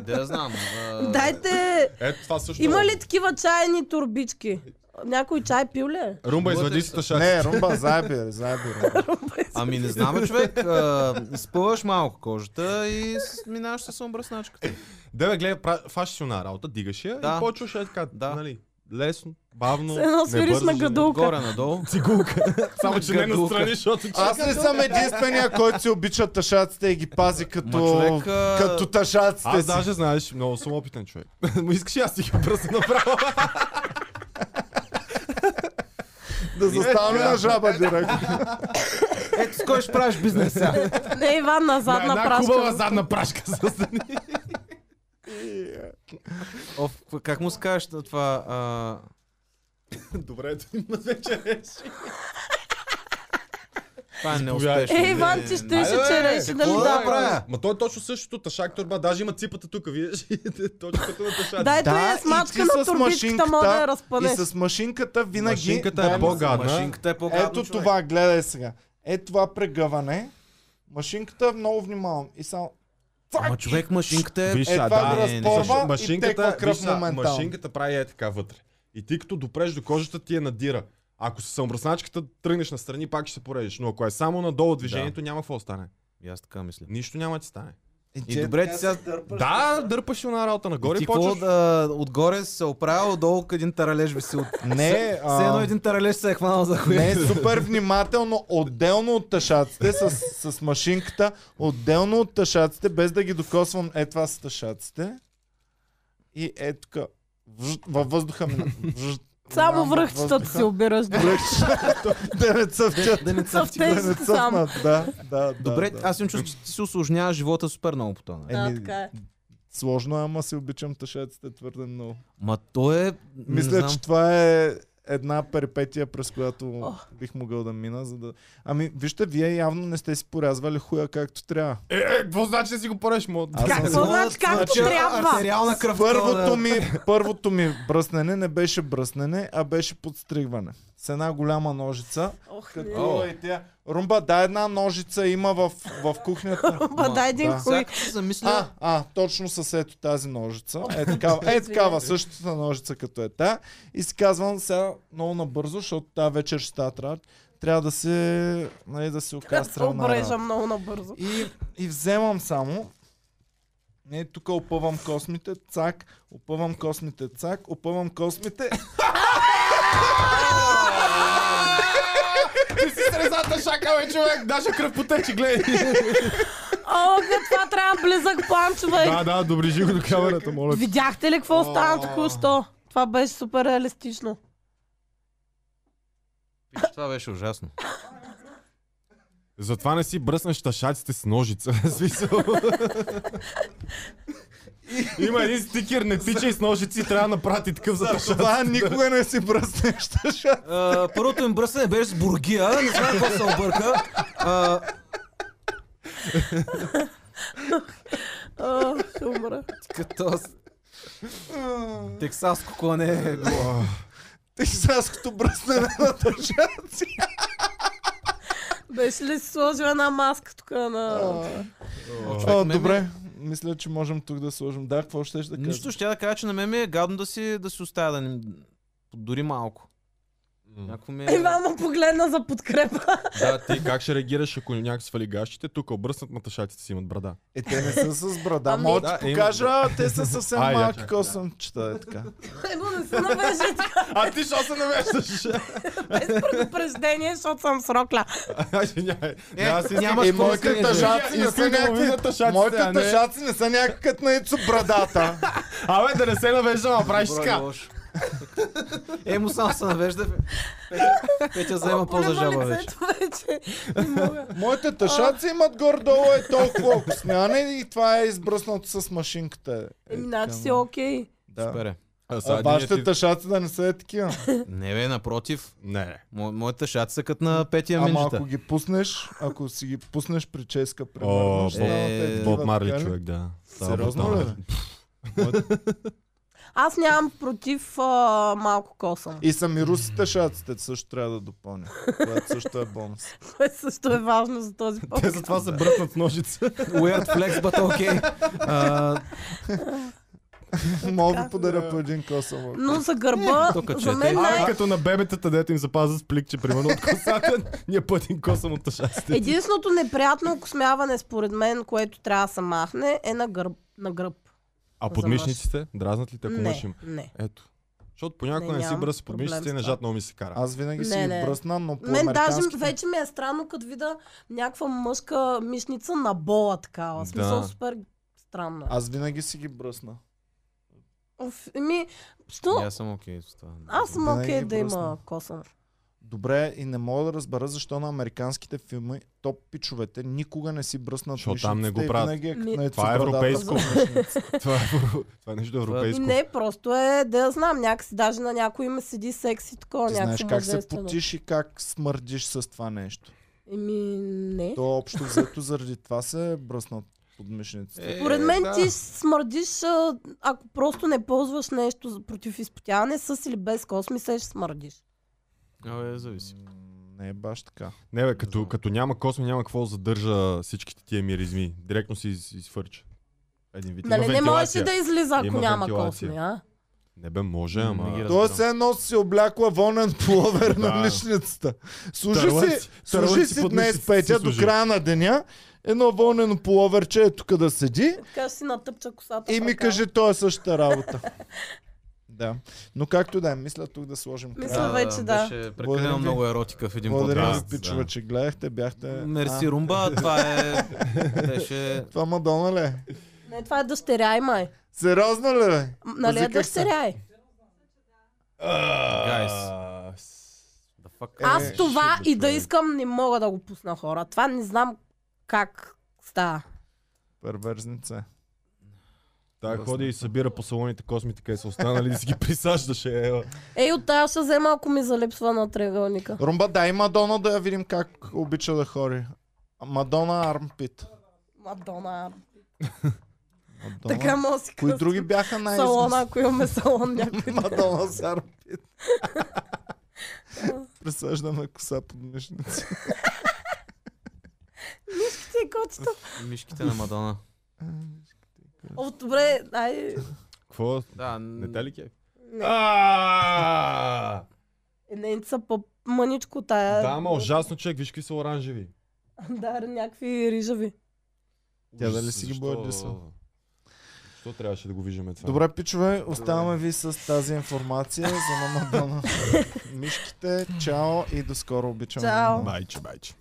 Speaker 4: Да я знам. а,
Speaker 2: Дайте...
Speaker 3: Ето това също. е.
Speaker 2: Има ли такива чайни турбички? Някой чай пил ли? е?
Speaker 3: Румба, извади си
Speaker 4: Бъде-
Speaker 3: тъшака.
Speaker 1: Не, румба, заеби, заеби. румба.
Speaker 4: Ами не знаме, човек. А, спъваш малко кожата и с- минаваш с обръсначката.
Speaker 3: Деве, гледай, пра- фащаш си една работа, дигаш я
Speaker 4: Да.
Speaker 3: и почваш е така,
Speaker 4: Да.
Speaker 3: нали, лесно, бавно,
Speaker 2: С едно
Speaker 3: не
Speaker 2: свириш на
Speaker 3: бързаш.
Speaker 2: градулка.
Speaker 4: Горе надолу.
Speaker 3: Само, че не
Speaker 4: Гадулка.
Speaker 3: настрани, защото че...
Speaker 1: Аз ли съм единствения, който си обича тъшаците и ги пази
Speaker 4: Ма
Speaker 1: като,
Speaker 4: човек, а,
Speaker 1: като тъшаците
Speaker 3: Аз
Speaker 1: си?
Speaker 3: даже, знаеш, много съм опитен човек. Ма искаш и аз ти ги пръсна направо.
Speaker 1: Да заставам на
Speaker 2: Е,
Speaker 1: жаба директно.
Speaker 5: Ето с кой ще правиш бизнес сега.
Speaker 2: Не, Иван, на
Speaker 3: На
Speaker 2: задна
Speaker 3: една хубава
Speaker 2: прашка.
Speaker 3: задна прашка с
Speaker 4: Оф, как му скажеш на това? А,
Speaker 3: Добре, ето има вече реши.
Speaker 4: това е
Speaker 3: Заповядай.
Speaker 4: неуспешно.
Speaker 2: Е, Иван, ти ще че реши да ли дава.
Speaker 3: Ма той е точно същото, тъшак турба, даже има ципата тук, виждаш, точно като на тъшак.
Speaker 2: Дай
Speaker 1: Да,
Speaker 2: да,
Speaker 1: и
Speaker 2: е смачка
Speaker 1: ти
Speaker 2: на
Speaker 1: с
Speaker 2: турбичката, мога да я
Speaker 1: И
Speaker 2: разпънеш.
Speaker 1: с машинката винаги...
Speaker 3: Машинката е
Speaker 1: Дай ми-
Speaker 3: по-гадна.
Speaker 4: Машинката е по-гадна,
Speaker 1: Ето
Speaker 4: човек.
Speaker 1: това, гледай сега. Ето това прегъване. Машинката е много внимавам. И само...
Speaker 4: Ама човек, машинката е...
Speaker 3: Виж,
Speaker 1: Е,
Speaker 3: а,
Speaker 1: това
Speaker 3: да,
Speaker 1: го
Speaker 3: не, не,
Speaker 1: разпорва
Speaker 3: също.
Speaker 1: и
Speaker 3: машинката,
Speaker 1: теква кръв
Speaker 3: виж, а,
Speaker 1: моментално.
Speaker 3: машинката прави е така вътре. И ти като допреш до кожата ти я надира. Ако с съмбръсначката тръгнеш настрани, пак ще се порежеш. Но ако е само надолу движението, няма какво да стане.
Speaker 4: И Аз така мисля.
Speaker 3: Нищо няма да ти стане.
Speaker 1: Е,
Speaker 4: И добре, ти сега...
Speaker 3: Да, дърпаш и на работа
Speaker 4: И
Speaker 3: нагоре и
Speaker 4: ти
Speaker 3: почваш.
Speaker 4: какво да, отгоре си се оправил, долу къде един таралеж виси от...
Speaker 1: Не, а...
Speaker 5: Все едно един таралеж се е хванал за хуя.
Speaker 1: Не, супер внимателно, отделно от тъшаците, с, с машинката, отделно от тъшаците, без да ги докосвам. Е, това са тъшаците. И е тук. Вж- Във въздуха мина. Вж-
Speaker 2: Само
Speaker 1: минавам във
Speaker 2: връхчетата
Speaker 1: въздуха.
Speaker 2: си обираш.
Speaker 1: Връхчета. Да не цъфтят.
Speaker 5: Да не
Speaker 1: Да
Speaker 2: Цъфтеш
Speaker 1: не
Speaker 2: само.
Speaker 1: цъфнат. Да, да, да.
Speaker 4: Добре,
Speaker 1: да.
Speaker 4: аз им чувствам, че ти си осложняваш живота супер много по това. нали?
Speaker 2: Да, така е.
Speaker 1: Сложно е, ама си обичам тъшаците твърде много.
Speaker 4: Ма то е... не
Speaker 1: Мисля,
Speaker 4: знам.
Speaker 1: че това е една перипетия, през която бих могъл да мина, за да... Ами, вижте, вие явно не сте си порязвали хуя както трябва.
Speaker 3: Е, е, какво значи да си го пореш, мод?
Speaker 1: Аз съм
Speaker 2: Какво значи както трябва?
Speaker 5: Артериална кръв.
Speaker 1: Първото ми, първото ми бръснене не беше бръснене, а беше подстригване. С една голяма ножица.
Speaker 2: Ох, не.
Speaker 1: Като и тя. Румба, да една ножица има в, в кухнята.
Speaker 2: Ба, дай един
Speaker 1: Да.
Speaker 2: хуй.
Speaker 4: Сега се замисля...
Speaker 1: А, а, точно с ето тази ножица. Е такава, е такава същата ножица като е та. И си казвам сега много набързо, защото тази вечер ще става трябва, трябва да се, нали, да се
Speaker 2: Като
Speaker 1: окастрал на
Speaker 2: обрежа
Speaker 1: работа.
Speaker 2: много набързо.
Speaker 1: И, и вземам само. Не, тук опъвам космите, цак, опъвам космите, цак, опъвам космите.
Speaker 3: Ти си среза тъшака, бе, човек! Даже кръв потече, гледай!
Speaker 2: О, като това трябва близък план, човек.
Speaker 3: Да, да, доближи го до камерата, моля. те.
Speaker 2: Видяхте ли какво стана току-що? Това беше супер реалистично.
Speaker 4: Пич, Това беше ужасно.
Speaker 3: Затова не си бръснеш тъшаците с ножица. В Смисъл. Има един стикер, не тичай с ножици, трябва да напрати такъв за тъшаците.
Speaker 1: Това никога не си бръснеш тъша.
Speaker 4: А, първото им бръсане беше с бургия, не знам какво се обърка. А,
Speaker 2: А, ще умра.
Speaker 4: като с- тексаско клане. е
Speaker 1: Тексаското бръснене на тъшаци.
Speaker 2: Беше ли си сложила една маска тук на...
Speaker 1: О, добре. мисля, че можем тук да сложим. Да, какво ще да кажа?
Speaker 4: Нищо ще я да кажа, че на мен ми е гадно да си, да си оставя да ни... Дори малко.
Speaker 3: М.
Speaker 4: Някакво ми е...
Speaker 2: Иван му погледна за подкрепа.
Speaker 3: Да, ти как ще реагираш, ако някак свали гащите, тук обръснат на тъшаците си имат брада.
Speaker 1: Е, те не са с брада.
Speaker 2: Ами-
Speaker 1: Мога да
Speaker 3: Да,
Speaker 1: ти
Speaker 3: има
Speaker 1: покажа, те са съвсем
Speaker 3: Ай, я
Speaker 1: малки
Speaker 3: чакай.
Speaker 1: косъмчета. Е така.
Speaker 2: Его не се навежи така
Speaker 3: А ти що се навеждаш?
Speaker 2: без предупреждение, защото съм срокля.
Speaker 3: Ай, Извинявай.
Speaker 4: Е,
Speaker 3: Аз искам-
Speaker 4: нямаш
Speaker 3: Е,
Speaker 4: какво да
Speaker 3: моите
Speaker 4: скриеш, бе.
Speaker 3: тъжаци не са
Speaker 1: Искам да го видя
Speaker 3: някакви...
Speaker 1: Моите
Speaker 3: а не-
Speaker 1: тъжаци не са някак на Ицо брадата.
Speaker 3: Абе, да не се навеждам, а правиш
Speaker 4: Добро и
Speaker 3: така.
Speaker 4: лошо. Е, му само се навежда. бе. Петя- Петя заема по-за
Speaker 2: Олива
Speaker 4: жаба вече.
Speaker 2: лицето вече. Не мога.
Speaker 1: Моите тъшаци имат горе-долу е толкова окосняне и това е избръснато с машинката. Е,
Speaker 2: Еми, значи
Speaker 1: така,
Speaker 2: си
Speaker 1: ма.
Speaker 2: окей.
Speaker 1: Да.
Speaker 4: Супер е.
Speaker 3: А, сега
Speaker 1: А
Speaker 3: ние
Speaker 1: вашите
Speaker 3: ти-
Speaker 1: тъшаци да не са е такива.
Speaker 4: Не бе, напротив.
Speaker 3: Не.
Speaker 4: Мо, моята шата са като на петия
Speaker 1: Ама
Speaker 4: минчета.
Speaker 1: ако ги пуснеш, ако си ги пуснеш прическа, примерно,
Speaker 3: О,
Speaker 1: ще
Speaker 4: Боб-
Speaker 1: станат е
Speaker 4: Боб
Speaker 1: такива,
Speaker 3: Боб Марли
Speaker 1: така ли?
Speaker 3: човек, да. Става
Speaker 1: Сериозно ли?
Speaker 3: брутално.
Speaker 1: бе?
Speaker 2: Аз нямам против а, малко косъм.
Speaker 1: И са ми русите шаците, също трябва да допълня. Това също е бонус.
Speaker 2: Това също е важно за този
Speaker 3: Те
Speaker 2: подкаст.
Speaker 3: затова се бръснат с ножица.
Speaker 4: Weird flex, but okay. А,
Speaker 1: Мога да подаря по един косъм.
Speaker 2: Но за гърба,
Speaker 4: Тук
Speaker 2: за
Speaker 4: чете.
Speaker 2: мен
Speaker 3: Абе,
Speaker 2: най...
Speaker 3: като на бебетата, дето им запазят с пликче, примерно от косата, ние пътим косъм от тъшаците.
Speaker 2: Единственото неприятно окосмяване, според мен, което трябва да се махне, е на гърб. На гръб.
Speaker 3: А подмишниците? Дразнат ли те, ако мъж им?
Speaker 2: Не, не.
Speaker 3: Ето. Защото понякога
Speaker 2: Не,
Speaker 3: не, си
Speaker 2: нямам
Speaker 3: бръс
Speaker 2: проблем с
Speaker 3: подмишниците и
Speaker 2: това.
Speaker 3: нежат много ми се кара.
Speaker 1: Аз винаги си
Speaker 2: Не,
Speaker 1: ги
Speaker 2: не.
Speaker 1: бръсна, но по
Speaker 2: Мен даже
Speaker 1: американски.
Speaker 2: вече ми е странно, като видя някаква мъжка мишница на бола такава. В Смисъл
Speaker 3: Да.
Speaker 2: супер странно.
Speaker 1: Аз винаги си ги бръсна.
Speaker 2: Оф, Еми, що?
Speaker 4: и аз съм окей с това.
Speaker 2: Аз съм
Speaker 1: Винаги
Speaker 2: окей да
Speaker 1: бръсна.
Speaker 2: има косъм.
Speaker 1: Добре, и не мога да разбера защо на американските филми топ пичовете никога не си бръснат
Speaker 3: Защото там не
Speaker 1: мишниците
Speaker 3: го
Speaker 1: и
Speaker 3: правят.
Speaker 1: Винаги е като
Speaker 2: Ми-
Speaker 1: на Ицо
Speaker 3: Това е
Speaker 1: Брадата.
Speaker 3: европейско. Това е, това е нещо
Speaker 2: И
Speaker 3: европейско.
Speaker 2: не, просто е да я знам, някакси даже на някой име седи секси такова,
Speaker 1: Ти знаеш
Speaker 2: някакво
Speaker 1: как се
Speaker 2: мъжествено.
Speaker 1: потиш и как смърдиш с това нещо.
Speaker 2: Еми, не.
Speaker 1: То общо взето заради това се е бръснат
Speaker 3: Е,
Speaker 4: Е,
Speaker 1: подмишниците.
Speaker 2: Поред мен ти смърдиш, а, ако просто не ползваш нещо за- против изпотяване, с или без косми, се ще смърдиш.
Speaker 4: Абе, зависи.
Speaker 1: М, Не е баш така.
Speaker 3: Не, бе, като, като няма косми, няма какво да задържа всичките тия миризми. Директно си из, изфърча. Един вид.
Speaker 2: Нали
Speaker 3: Има
Speaker 2: не можеш
Speaker 3: вентилация.
Speaker 2: и да излиза, ако
Speaker 3: Има
Speaker 2: няма
Speaker 3: вентилация.
Speaker 2: косми, а?
Speaker 3: Не бе, може,
Speaker 4: Не
Speaker 3: ама...
Speaker 4: ги раз-
Speaker 1: Той се едно си облякла вонен пловер на
Speaker 3: Да.
Speaker 1: мишницата. Служи
Speaker 3: Търлък
Speaker 1: си,
Speaker 3: си-
Speaker 1: служи
Speaker 3: търлък си
Speaker 1: си
Speaker 3: под
Speaker 1: днес,
Speaker 3: мишницата си
Speaker 1: Петя, до
Speaker 3: служи.
Speaker 1: края на деня. Едно вълнено пуловерче е тук да седи
Speaker 2: Така ще си натъпча косата.
Speaker 1: и ми
Speaker 2: така.
Speaker 1: каже, той е същата работа. Да. Но както да е, мисля тук да сложим край.
Speaker 2: Мисля, вече да.
Speaker 4: Беше
Speaker 1: Благодарим
Speaker 4: прекалено
Speaker 1: ви.
Speaker 4: много еротика в един
Speaker 1: Благодаря
Speaker 4: подкаст.
Speaker 1: ви,
Speaker 3: да.
Speaker 1: пичува, че гледахте, бяхте...
Speaker 4: Мерси,
Speaker 1: А,
Speaker 4: Румба. Това е... Беше...
Speaker 1: Това Мадона ли е?
Speaker 2: Не, това е дъщеря и май.
Speaker 1: Сериозно ли е?
Speaker 2: М, Нали е
Speaker 1: Езикът се.
Speaker 2: дъщеря и?
Speaker 3: А,
Speaker 4: Да фак.
Speaker 2: Аз това
Speaker 3: ще бе,
Speaker 2: и да
Speaker 3: човек.
Speaker 2: искам не мога да го пусна хора. Това не знам как става.
Speaker 1: Перверзница. е.
Speaker 3: Та ходи и събира по салоните космите, къде са останали, да си ги присаждаше. Ева.
Speaker 2: Ей, от тази ще взема, ако ми залипсва на триъгълника.
Speaker 1: Румба, дай Мадона да я видим как обича да хори. А, Мадона Армпит.
Speaker 2: Мадона.
Speaker 1: Мадона.
Speaker 2: Така мога да си
Speaker 1: Кои
Speaker 2: кръстим.
Speaker 1: други бяха най
Speaker 2: Салон, ако имаме салон някой.
Speaker 1: Мадона с армпит. Пресъждаме коса под мишници.
Speaker 2: Ти кочета.
Speaker 4: Мишките на Мадона.
Speaker 2: О, добре, ай.
Speaker 3: Какво?
Speaker 4: Да,
Speaker 3: Не те ли кеф?
Speaker 2: Не,
Speaker 3: А!
Speaker 2: не са по-мъничко тая.
Speaker 3: Да, ама ужасно човек, виж какви са оранжеви.
Speaker 2: Да, някакви рижави.
Speaker 1: Тя
Speaker 3: Ужас,
Speaker 1: дали си ги
Speaker 3: защо-
Speaker 1: боядисва?
Speaker 3: Защо трябваше да го виждаме това?
Speaker 1: Добре, пичове, оставаме ви с тази информация за на Мадона. Мишките, чао и до скоро обичам.
Speaker 2: Чао.
Speaker 3: Байче, байче.